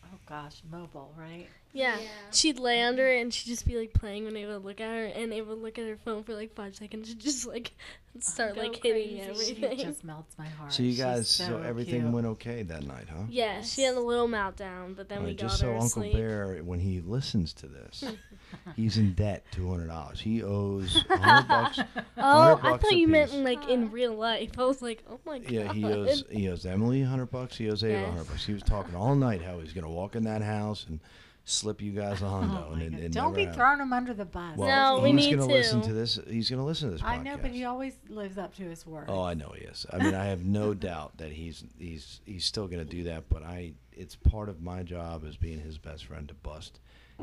Speaker 2: oh gosh, mobile, right?
Speaker 3: Yeah. She'd lay under it and she'd just be like playing when Ava would look at her, and Ava would look at her phone for like five seconds and just like start
Speaker 4: Go
Speaker 3: like
Speaker 4: crazy.
Speaker 3: hitting
Speaker 4: She
Speaker 2: It
Speaker 3: everything.
Speaker 2: just melts my heart.
Speaker 1: So you
Speaker 2: She's
Speaker 1: guys, so, everything
Speaker 2: cute.
Speaker 1: went okay that night, huh?
Speaker 3: Yeah, she had a little meltdown, but then
Speaker 1: All
Speaker 3: we
Speaker 1: right,
Speaker 3: got
Speaker 1: just so
Speaker 3: her
Speaker 1: Uncle
Speaker 3: asleep.
Speaker 1: Bear, when he listens to this, he's in debt two hundred dollars. He owes hundred bucks.
Speaker 3: oh,
Speaker 1: 100
Speaker 3: I
Speaker 1: bucks
Speaker 3: thought you meant
Speaker 1: apiece.
Speaker 3: like in real life. I was like, oh my god.
Speaker 1: Yeah, he owes he owes Emily hundred bucks. He owes Ava
Speaker 3: Yes.
Speaker 1: hundred bucks. He was talking all night how he's gonna walk in that house and slip you guys a
Speaker 2: Oh
Speaker 1: Hondo. and,
Speaker 2: my
Speaker 1: it-
Speaker 2: God.
Speaker 1: it
Speaker 2: Don't
Speaker 1: never
Speaker 2: be
Speaker 1: happened.
Speaker 2: throwing him under the bus.
Speaker 3: No, we
Speaker 1: he's
Speaker 3: need
Speaker 1: gonna
Speaker 3: to.
Speaker 1: listen to this. He's gonna listen to this.
Speaker 2: I know, but
Speaker 1: podcast.
Speaker 2: he always lives up to his word.
Speaker 1: Oh, I know he is. I mean, I have no doubt that he's he's he's still going to do that. But I, it's part of my job as being his best friend to bust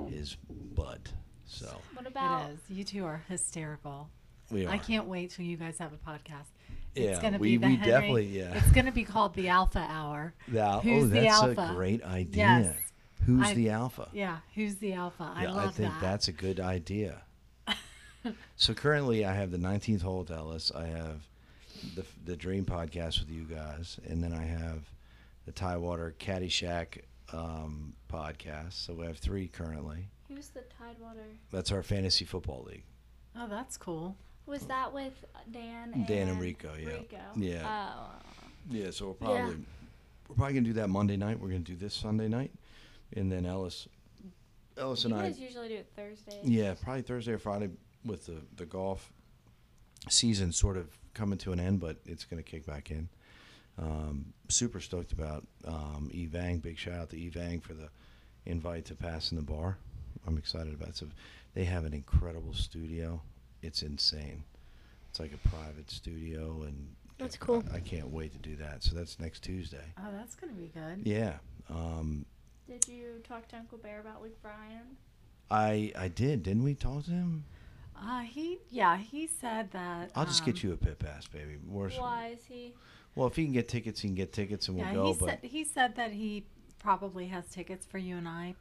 Speaker 1: his butt. So
Speaker 4: What about
Speaker 2: It is. You two are hysterical.
Speaker 1: we are.
Speaker 2: I can't wait till you guys have a podcast.
Speaker 1: Yeah,
Speaker 2: it's gonna
Speaker 1: we-
Speaker 2: be the
Speaker 1: we
Speaker 2: Henry-
Speaker 1: definitely- yeah.
Speaker 2: It's gonna be called the Alpha Hour.
Speaker 1: Thou-
Speaker 2: Who's
Speaker 1: oh,
Speaker 2: the
Speaker 1: that's a
Speaker 2: alpha?
Speaker 1: great idea.
Speaker 2: Yes.
Speaker 1: Who's
Speaker 2: I-
Speaker 1: the alpha?
Speaker 2: Yeah, who's the Alpha? I
Speaker 1: Yeah,
Speaker 2: love
Speaker 1: think
Speaker 2: that.
Speaker 1: that's a good idea. so currently, I have the 19th hole with Ellis. I have the the Dream podcast with you guys, and then I have the Tidewater Caddyshack um, podcast. So we have three currently.
Speaker 4: who's the Tidewater?
Speaker 1: That's our fantasy football league.
Speaker 2: oh, that's cool.
Speaker 4: Was that with Dan? And
Speaker 1: Dan and Rico, yeah.
Speaker 4: Rico.
Speaker 1: Yeah.
Speaker 4: Oh.
Speaker 1: Yeah, so we're
Speaker 3: Yeah.
Speaker 1: probably we're probably gonna do that Monday night. We're gonna do this Sunday night, and then Ellis, Ellis
Speaker 4: You
Speaker 1: and I.
Speaker 4: guys usually do it Thursday.
Speaker 1: Yeah, probably Thursday or Friday with the, the golf season sort of coming to an end, but it's going to kick back in. Um, super stoked about um, Evang. Big shout out to Evang for the invite to pass in the bar. I'm excited about it. So they have an incredible studio. It's insane. It's like a private studio, and
Speaker 3: That's cool.
Speaker 1: I, I can't wait to do that. So that's next Tuesday.
Speaker 2: Oh, that's gonna be good.
Speaker 1: Yeah. Um,
Speaker 4: Did you talk to Uncle Bear about Luke Bryan?
Speaker 1: I I did. Didn't we talk to him?
Speaker 2: Uh, he, yeah, he said that.
Speaker 1: I'll just
Speaker 2: um,
Speaker 1: get you a pit pass, baby. Worse.
Speaker 4: Why is he?
Speaker 1: Well, if he can get tickets, he can get tickets, and we'll
Speaker 2: yeah,
Speaker 1: go.
Speaker 2: he
Speaker 1: but
Speaker 2: said he said that he probably has tickets for you and I.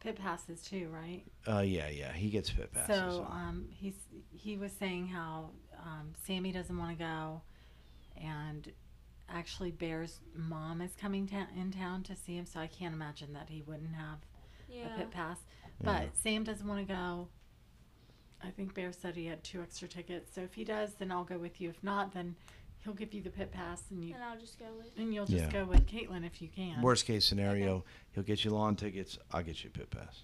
Speaker 2: Pit passes too, right?
Speaker 1: uh, yeah, yeah, he gets fit passes.
Speaker 2: So um, he's he was saying how um, Sammy doesn't want to go, and actually Bear's mom is coming ta- in town to see him. So I can't imagine that he wouldn't have a
Speaker 4: Yeah.
Speaker 2: pit pass.
Speaker 1: Yeah.
Speaker 2: But Sam doesn't want to go. I think Bear said he had two extra tickets. So if he does, then I'll go with you. If not, then he'll give you the pit pass, and you
Speaker 4: And I'll just go with.
Speaker 2: and you'll just
Speaker 1: Yeah.
Speaker 2: go with Caitlin if you can.
Speaker 1: Worst case scenario, he'll get you lawn tickets. I'll get you a pit pass.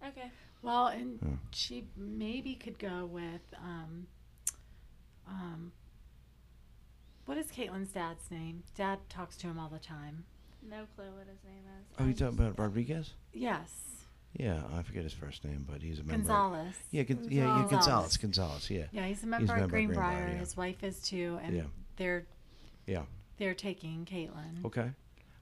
Speaker 4: Okay.
Speaker 2: Well, and
Speaker 1: Yeah.
Speaker 2: she maybe could go with um, um, what is Caitlin's dad's name? Dad talks to him all the time.
Speaker 4: No clue what his name is.
Speaker 1: Oh,
Speaker 4: I
Speaker 1: you talking
Speaker 4: just-
Speaker 1: about Rodriguez?
Speaker 2: Yes,
Speaker 1: Yeah, I forget his first name, but he's a member.
Speaker 2: Gonzalez.
Speaker 1: Yeah, Gon- yeah, yeah, Gonzalez,
Speaker 2: Gonzalez.
Speaker 1: Gonzalez. Yeah,
Speaker 2: Yeah, he's a member
Speaker 1: member
Speaker 2: of
Speaker 1: of
Speaker 2: Greenbrier.
Speaker 1: Greenbrier, yeah.
Speaker 2: His wife is too, and
Speaker 1: Yeah.
Speaker 2: they're
Speaker 1: yeah.
Speaker 2: they're taking Caitlin.
Speaker 1: Okay.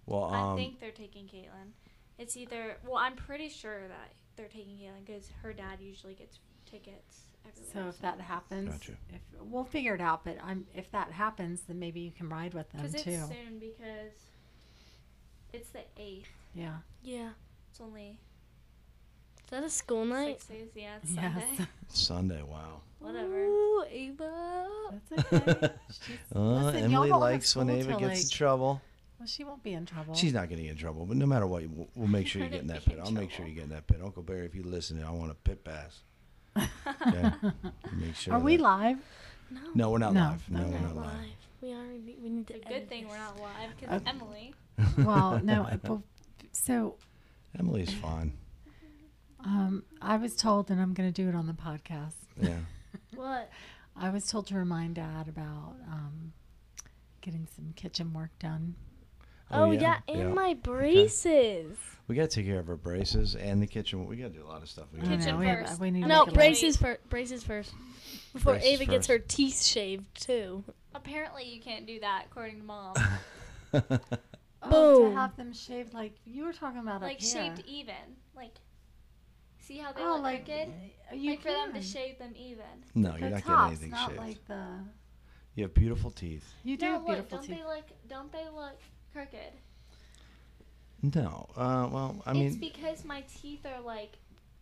Speaker 1: Well, um,
Speaker 4: I think they're taking Caitlyn. It's either. Well, I'm pretty sure that they're taking Caitlyn because her dad usually gets tickets. everywhere,
Speaker 2: So if that happens,
Speaker 1: Gotcha.
Speaker 2: if we'll figure it out. But I'm if that happens, then maybe you can ride with them
Speaker 4: Because it's
Speaker 2: too.
Speaker 4: soon because it's the eighth.
Speaker 2: Yeah.
Speaker 3: Yeah.
Speaker 4: It's only
Speaker 3: Is that a school night?
Speaker 4: six days. Yeah, it's
Speaker 2: Yes.
Speaker 4: Sunday.
Speaker 1: Sunday. Wow.
Speaker 4: Whatever.
Speaker 3: Ooh, Ava.
Speaker 2: That's okay. She's,
Speaker 1: Uh,
Speaker 2: listen, y'all
Speaker 1: Emily
Speaker 2: don't have
Speaker 1: likes when
Speaker 2: school
Speaker 1: Ava
Speaker 2: till,
Speaker 1: gets in
Speaker 2: like-
Speaker 1: trouble.
Speaker 2: well, she won't be in trouble.
Speaker 1: She's not going to get in trouble, but no matter what, we'll, we'll make sure you
Speaker 4: You're
Speaker 1: get in
Speaker 4: gonna
Speaker 1: that
Speaker 4: be
Speaker 1: pit.
Speaker 4: in
Speaker 1: I'll make sure
Speaker 4: trouble.
Speaker 1: you get in that pit. Uncle Barry, if you listen, I want a pit pass. Okay. Make sure.
Speaker 2: Are we
Speaker 1: that-
Speaker 2: live?
Speaker 3: No.
Speaker 1: No, we're not
Speaker 2: No,
Speaker 1: live. No,
Speaker 2: okay.
Speaker 1: we're
Speaker 3: We're
Speaker 1: not
Speaker 3: not
Speaker 1: live.
Speaker 3: live. We already need, we need to.
Speaker 4: It's a
Speaker 3: edit
Speaker 4: good thing we're
Speaker 3: this.
Speaker 4: not live because
Speaker 2: Okay.
Speaker 4: Emily.
Speaker 2: well, no. But, so
Speaker 1: Emily's fine.
Speaker 2: um, I was told, and I'm going to do it on the podcast.
Speaker 1: Yeah.
Speaker 4: What?
Speaker 2: I was told to remind Dad about um, getting some kitchen work done.
Speaker 3: Oh, yeah, and my braces.
Speaker 1: We gotta take care of our braces and the kitchen. We gotta do a lot of stuff. We
Speaker 2: I
Speaker 1: gotta
Speaker 2: know,
Speaker 4: Kitchen
Speaker 1: do.
Speaker 2: we have-
Speaker 4: first.
Speaker 2: we need to
Speaker 3: No,
Speaker 2: make it
Speaker 3: braces first. Braces first. Before
Speaker 1: Braces
Speaker 3: Ava gets
Speaker 1: first.
Speaker 3: her teeth shaved too.
Speaker 4: Apparently, you can't do that according to mom.
Speaker 2: Oh,
Speaker 3: Boom.
Speaker 2: to have them shaved like you were talking about
Speaker 4: like
Speaker 2: up here.
Speaker 4: shaved even. Like, see how they
Speaker 2: Oh,
Speaker 4: look
Speaker 2: like
Speaker 4: crooked?
Speaker 2: uh, you
Speaker 4: like for them to
Speaker 2: can.
Speaker 4: shave them even.
Speaker 1: no, Oh, you're
Speaker 2: the
Speaker 1: not
Speaker 2: tops,
Speaker 1: getting anything
Speaker 2: not
Speaker 1: shaved.
Speaker 2: like the.
Speaker 1: You have beautiful teeth.
Speaker 2: You do
Speaker 4: no,
Speaker 2: have beautiful
Speaker 4: look, don't
Speaker 2: teeth.
Speaker 4: they look? Don't they look crooked?
Speaker 1: No. Uh, well, I
Speaker 4: it's
Speaker 1: mean,
Speaker 4: because my teeth are like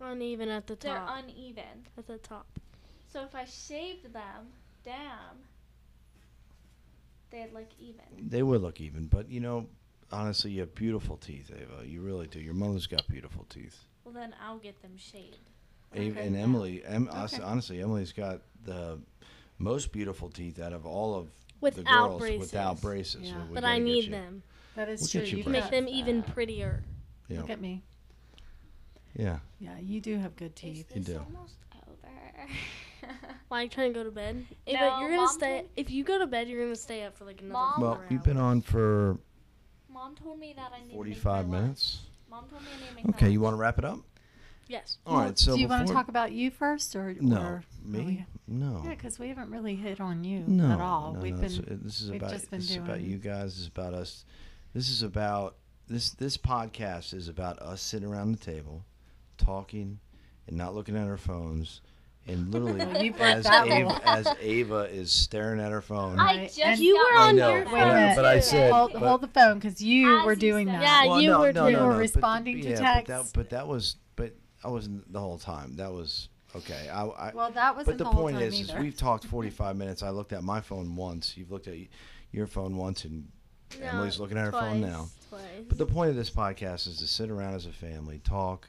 Speaker 3: Uneven at the
Speaker 4: they're
Speaker 3: top.
Speaker 4: uneven.
Speaker 3: at the top.
Speaker 4: So if I shaved them down, they'd look even.
Speaker 1: they would look even, but you know, honestly, you have beautiful teeth, Ava. You really do. Your mother's got beautiful teeth.
Speaker 4: Well, then I'll get them shaved.
Speaker 1: Ava
Speaker 2: Okay.
Speaker 1: and Emily, em- hon-
Speaker 2: Okay.
Speaker 1: honestly, Emily's got the most beautiful teeth out of all of the
Speaker 3: Without
Speaker 1: girls
Speaker 3: braces.
Speaker 1: without braces. so
Speaker 2: Yeah.
Speaker 1: we
Speaker 3: but
Speaker 1: gotta
Speaker 3: I
Speaker 1: get
Speaker 3: need
Speaker 1: you-
Speaker 3: them.
Speaker 2: That is
Speaker 1: We'll
Speaker 2: true.
Speaker 1: get you Right.
Speaker 3: You can make them
Speaker 2: got
Speaker 3: even
Speaker 2: that.
Speaker 3: prettier.
Speaker 1: Yeah,
Speaker 2: Look at me.
Speaker 1: yeah.
Speaker 2: Yeah, you do have good teeth.
Speaker 1: You do.
Speaker 4: almost over?
Speaker 3: Why are you trying to go to bed? Ava,
Speaker 4: No,
Speaker 3: you're gonna
Speaker 4: Mom
Speaker 3: stay.
Speaker 4: told-
Speaker 3: If you go to bed, you're gonna stay up for like another.
Speaker 4: Mom-
Speaker 3: four
Speaker 1: Well, you've
Speaker 3: hours.
Speaker 1: been on for
Speaker 4: Mom told me that I need to make
Speaker 1: 45
Speaker 4: my
Speaker 1: minutes.
Speaker 4: Lunch. Mom told me I need to make my
Speaker 1: Okay, you
Speaker 4: lunch.
Speaker 1: want to wrap it up?
Speaker 3: Yes.
Speaker 1: All right. So
Speaker 2: do you want to
Speaker 1: before-
Speaker 2: talk about you first, or
Speaker 1: No,
Speaker 2: or- oh,
Speaker 1: me?
Speaker 2: yeah.
Speaker 1: No.
Speaker 2: Yeah, because we haven't really hit on you
Speaker 1: no,
Speaker 2: at all.
Speaker 1: No,
Speaker 2: we've
Speaker 1: no,
Speaker 2: been
Speaker 1: it's- it- this is
Speaker 2: we've
Speaker 1: about
Speaker 2: just been
Speaker 1: this is about
Speaker 2: doing-
Speaker 1: you guys. This is about us. This is about this. This podcast is about us sitting around the table, talking, and not looking at our phones. And literally,
Speaker 2: You brought
Speaker 1: as,
Speaker 2: that
Speaker 1: Ava,
Speaker 2: one.
Speaker 1: as Ava is staring at her phone,
Speaker 2: I
Speaker 4: I
Speaker 2: Right,
Speaker 4: just
Speaker 2: and-
Speaker 3: You were
Speaker 1: I
Speaker 3: on
Speaker 1: know,
Speaker 3: your
Speaker 1: but
Speaker 2: Wait
Speaker 3: phone
Speaker 2: a minute,
Speaker 1: but I
Speaker 3: too.
Speaker 1: said-
Speaker 2: hold,
Speaker 1: but-
Speaker 2: hold the phone because you
Speaker 4: As
Speaker 2: were
Speaker 4: he
Speaker 2: doing that.
Speaker 4: said.
Speaker 3: Yeah, you were doing-
Speaker 2: You were
Speaker 1: but the-
Speaker 2: responding to
Speaker 1: yeah, But that,
Speaker 2: texts.
Speaker 1: but that was, but I wasn't the whole time. That was okay. I, I
Speaker 2: Well, that wasn't
Speaker 1: but the,
Speaker 2: the, whole
Speaker 1: point
Speaker 2: time
Speaker 1: is, is
Speaker 2: either.
Speaker 1: we've talked 45 minutes. I looked at my phone once. You've looked at y- your phone once, and
Speaker 3: No,
Speaker 1: Emily's looking at her phone
Speaker 3: twice,
Speaker 1: now.
Speaker 3: Twice.
Speaker 1: But the point of this podcast is to sit around as a family, talk,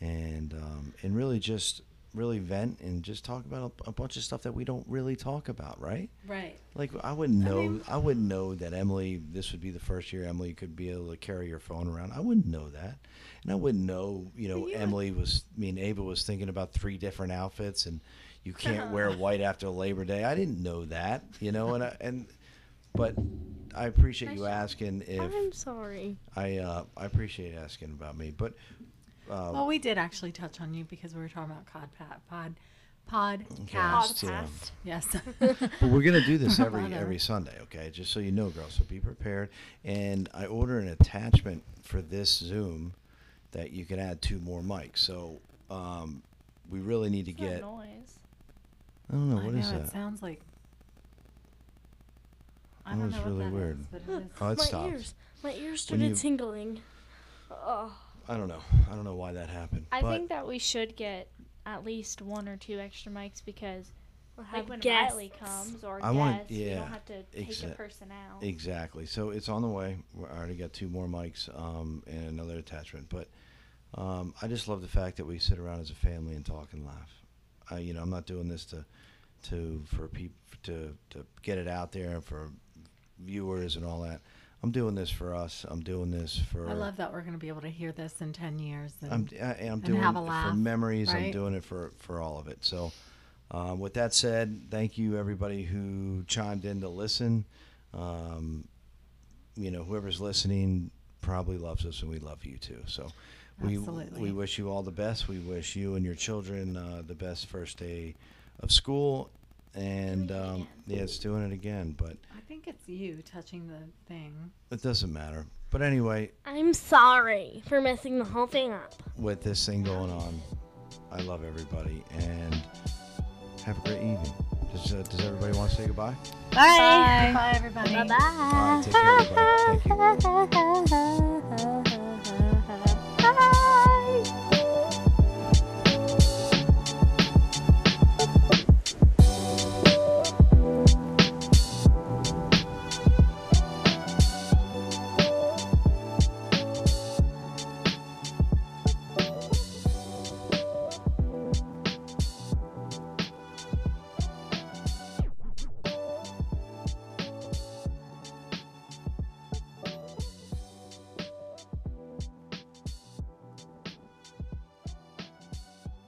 Speaker 1: and um, and really just really vent and just talk about a, a bunch of stuff that we don't really talk about, right?
Speaker 2: right.
Speaker 1: Like I wouldn't know, I, wouldn't know that Emily. This would be the first year Emily could be able to carry her phone around. I wouldn't know that, and I wouldn't know. You know, Emily was. I mean, Ava was thinking about three different outfits, and you can't wear white after Labor Day. I didn't know that. You know, and I, and but I appreciate you asking if
Speaker 3: I'm sorry.
Speaker 1: I uh, I appreciate asking about me, but uh,
Speaker 2: Well, we did actually touch on you because we were talking about cod pod pod podcast.
Speaker 1: Cast, yeah.
Speaker 2: Yes.
Speaker 1: But we're gonna do this
Speaker 2: Don't
Speaker 1: every
Speaker 2: bother.
Speaker 1: every Sunday, okay? Just so you know, girls. So be prepared. And I order an attachment for this Zoom that you can add two more mics. So um, we really need to
Speaker 4: What's that
Speaker 1: get.
Speaker 4: noise.
Speaker 1: I don't know
Speaker 2: I
Speaker 1: Oh, what is
Speaker 2: know, It
Speaker 1: that.
Speaker 2: sounds like. I
Speaker 1: That
Speaker 2: don't
Speaker 1: was
Speaker 2: know what
Speaker 1: really
Speaker 2: that
Speaker 1: weird.
Speaker 2: is, but it is.
Speaker 1: Oh, it
Speaker 3: my
Speaker 1: stopped.
Speaker 3: ears. My ears
Speaker 1: When
Speaker 3: started
Speaker 1: you-
Speaker 3: tingling. Oh.
Speaker 1: I don't know. I don't know why that happened.
Speaker 4: I
Speaker 1: but
Speaker 4: think that we should get at least one or two extra mics because
Speaker 3: We'll
Speaker 4: like
Speaker 3: have
Speaker 4: when
Speaker 3: guests.
Speaker 4: Riley comes or
Speaker 1: I
Speaker 4: guests,
Speaker 1: want-
Speaker 4: you
Speaker 1: yeah,
Speaker 4: don't have to take a
Speaker 1: exa-
Speaker 4: person out.
Speaker 1: Exactly. So it's on the way. We already got two more mics um, and another attachment. But um, I just love the fact that we sit around as a family and talk and laugh. I, you know, I'm not doing this to to for people to to get it out there and for viewers and all that. I'm doing this for us. I'm doing this for.
Speaker 2: I love that we're going to be able to hear this in 10 years. And
Speaker 1: I'm, I, am doing
Speaker 2: have
Speaker 1: it
Speaker 2: a
Speaker 1: for
Speaker 2: laugh,
Speaker 1: memories. I'm
Speaker 2: right?
Speaker 1: doing it for, for all of it. So, um, with that said, thank you everybody who chimed in to listen. Um, you know, whoever's listening probably loves us, and we love you too. So, we
Speaker 2: Absolutely.
Speaker 1: we wish you all the best. We wish you and your children uh, the best first day of school. And
Speaker 4: Doing it
Speaker 1: um,
Speaker 4: again.
Speaker 1: yeah, it's doing it again, but
Speaker 2: I think it's you touching the thing.
Speaker 1: it doesn't matter. But anyway,
Speaker 3: I'm sorry for messing the whole thing up.
Speaker 1: with this thing going on. I love everybody and have a great evening. Does, uh, does everybody want to say goodbye?
Speaker 3: Bye.
Speaker 2: Bye, everybody.
Speaker 3: Bye.
Speaker 1: All right, take care, everybody. Thank you.
Speaker 3: Bye.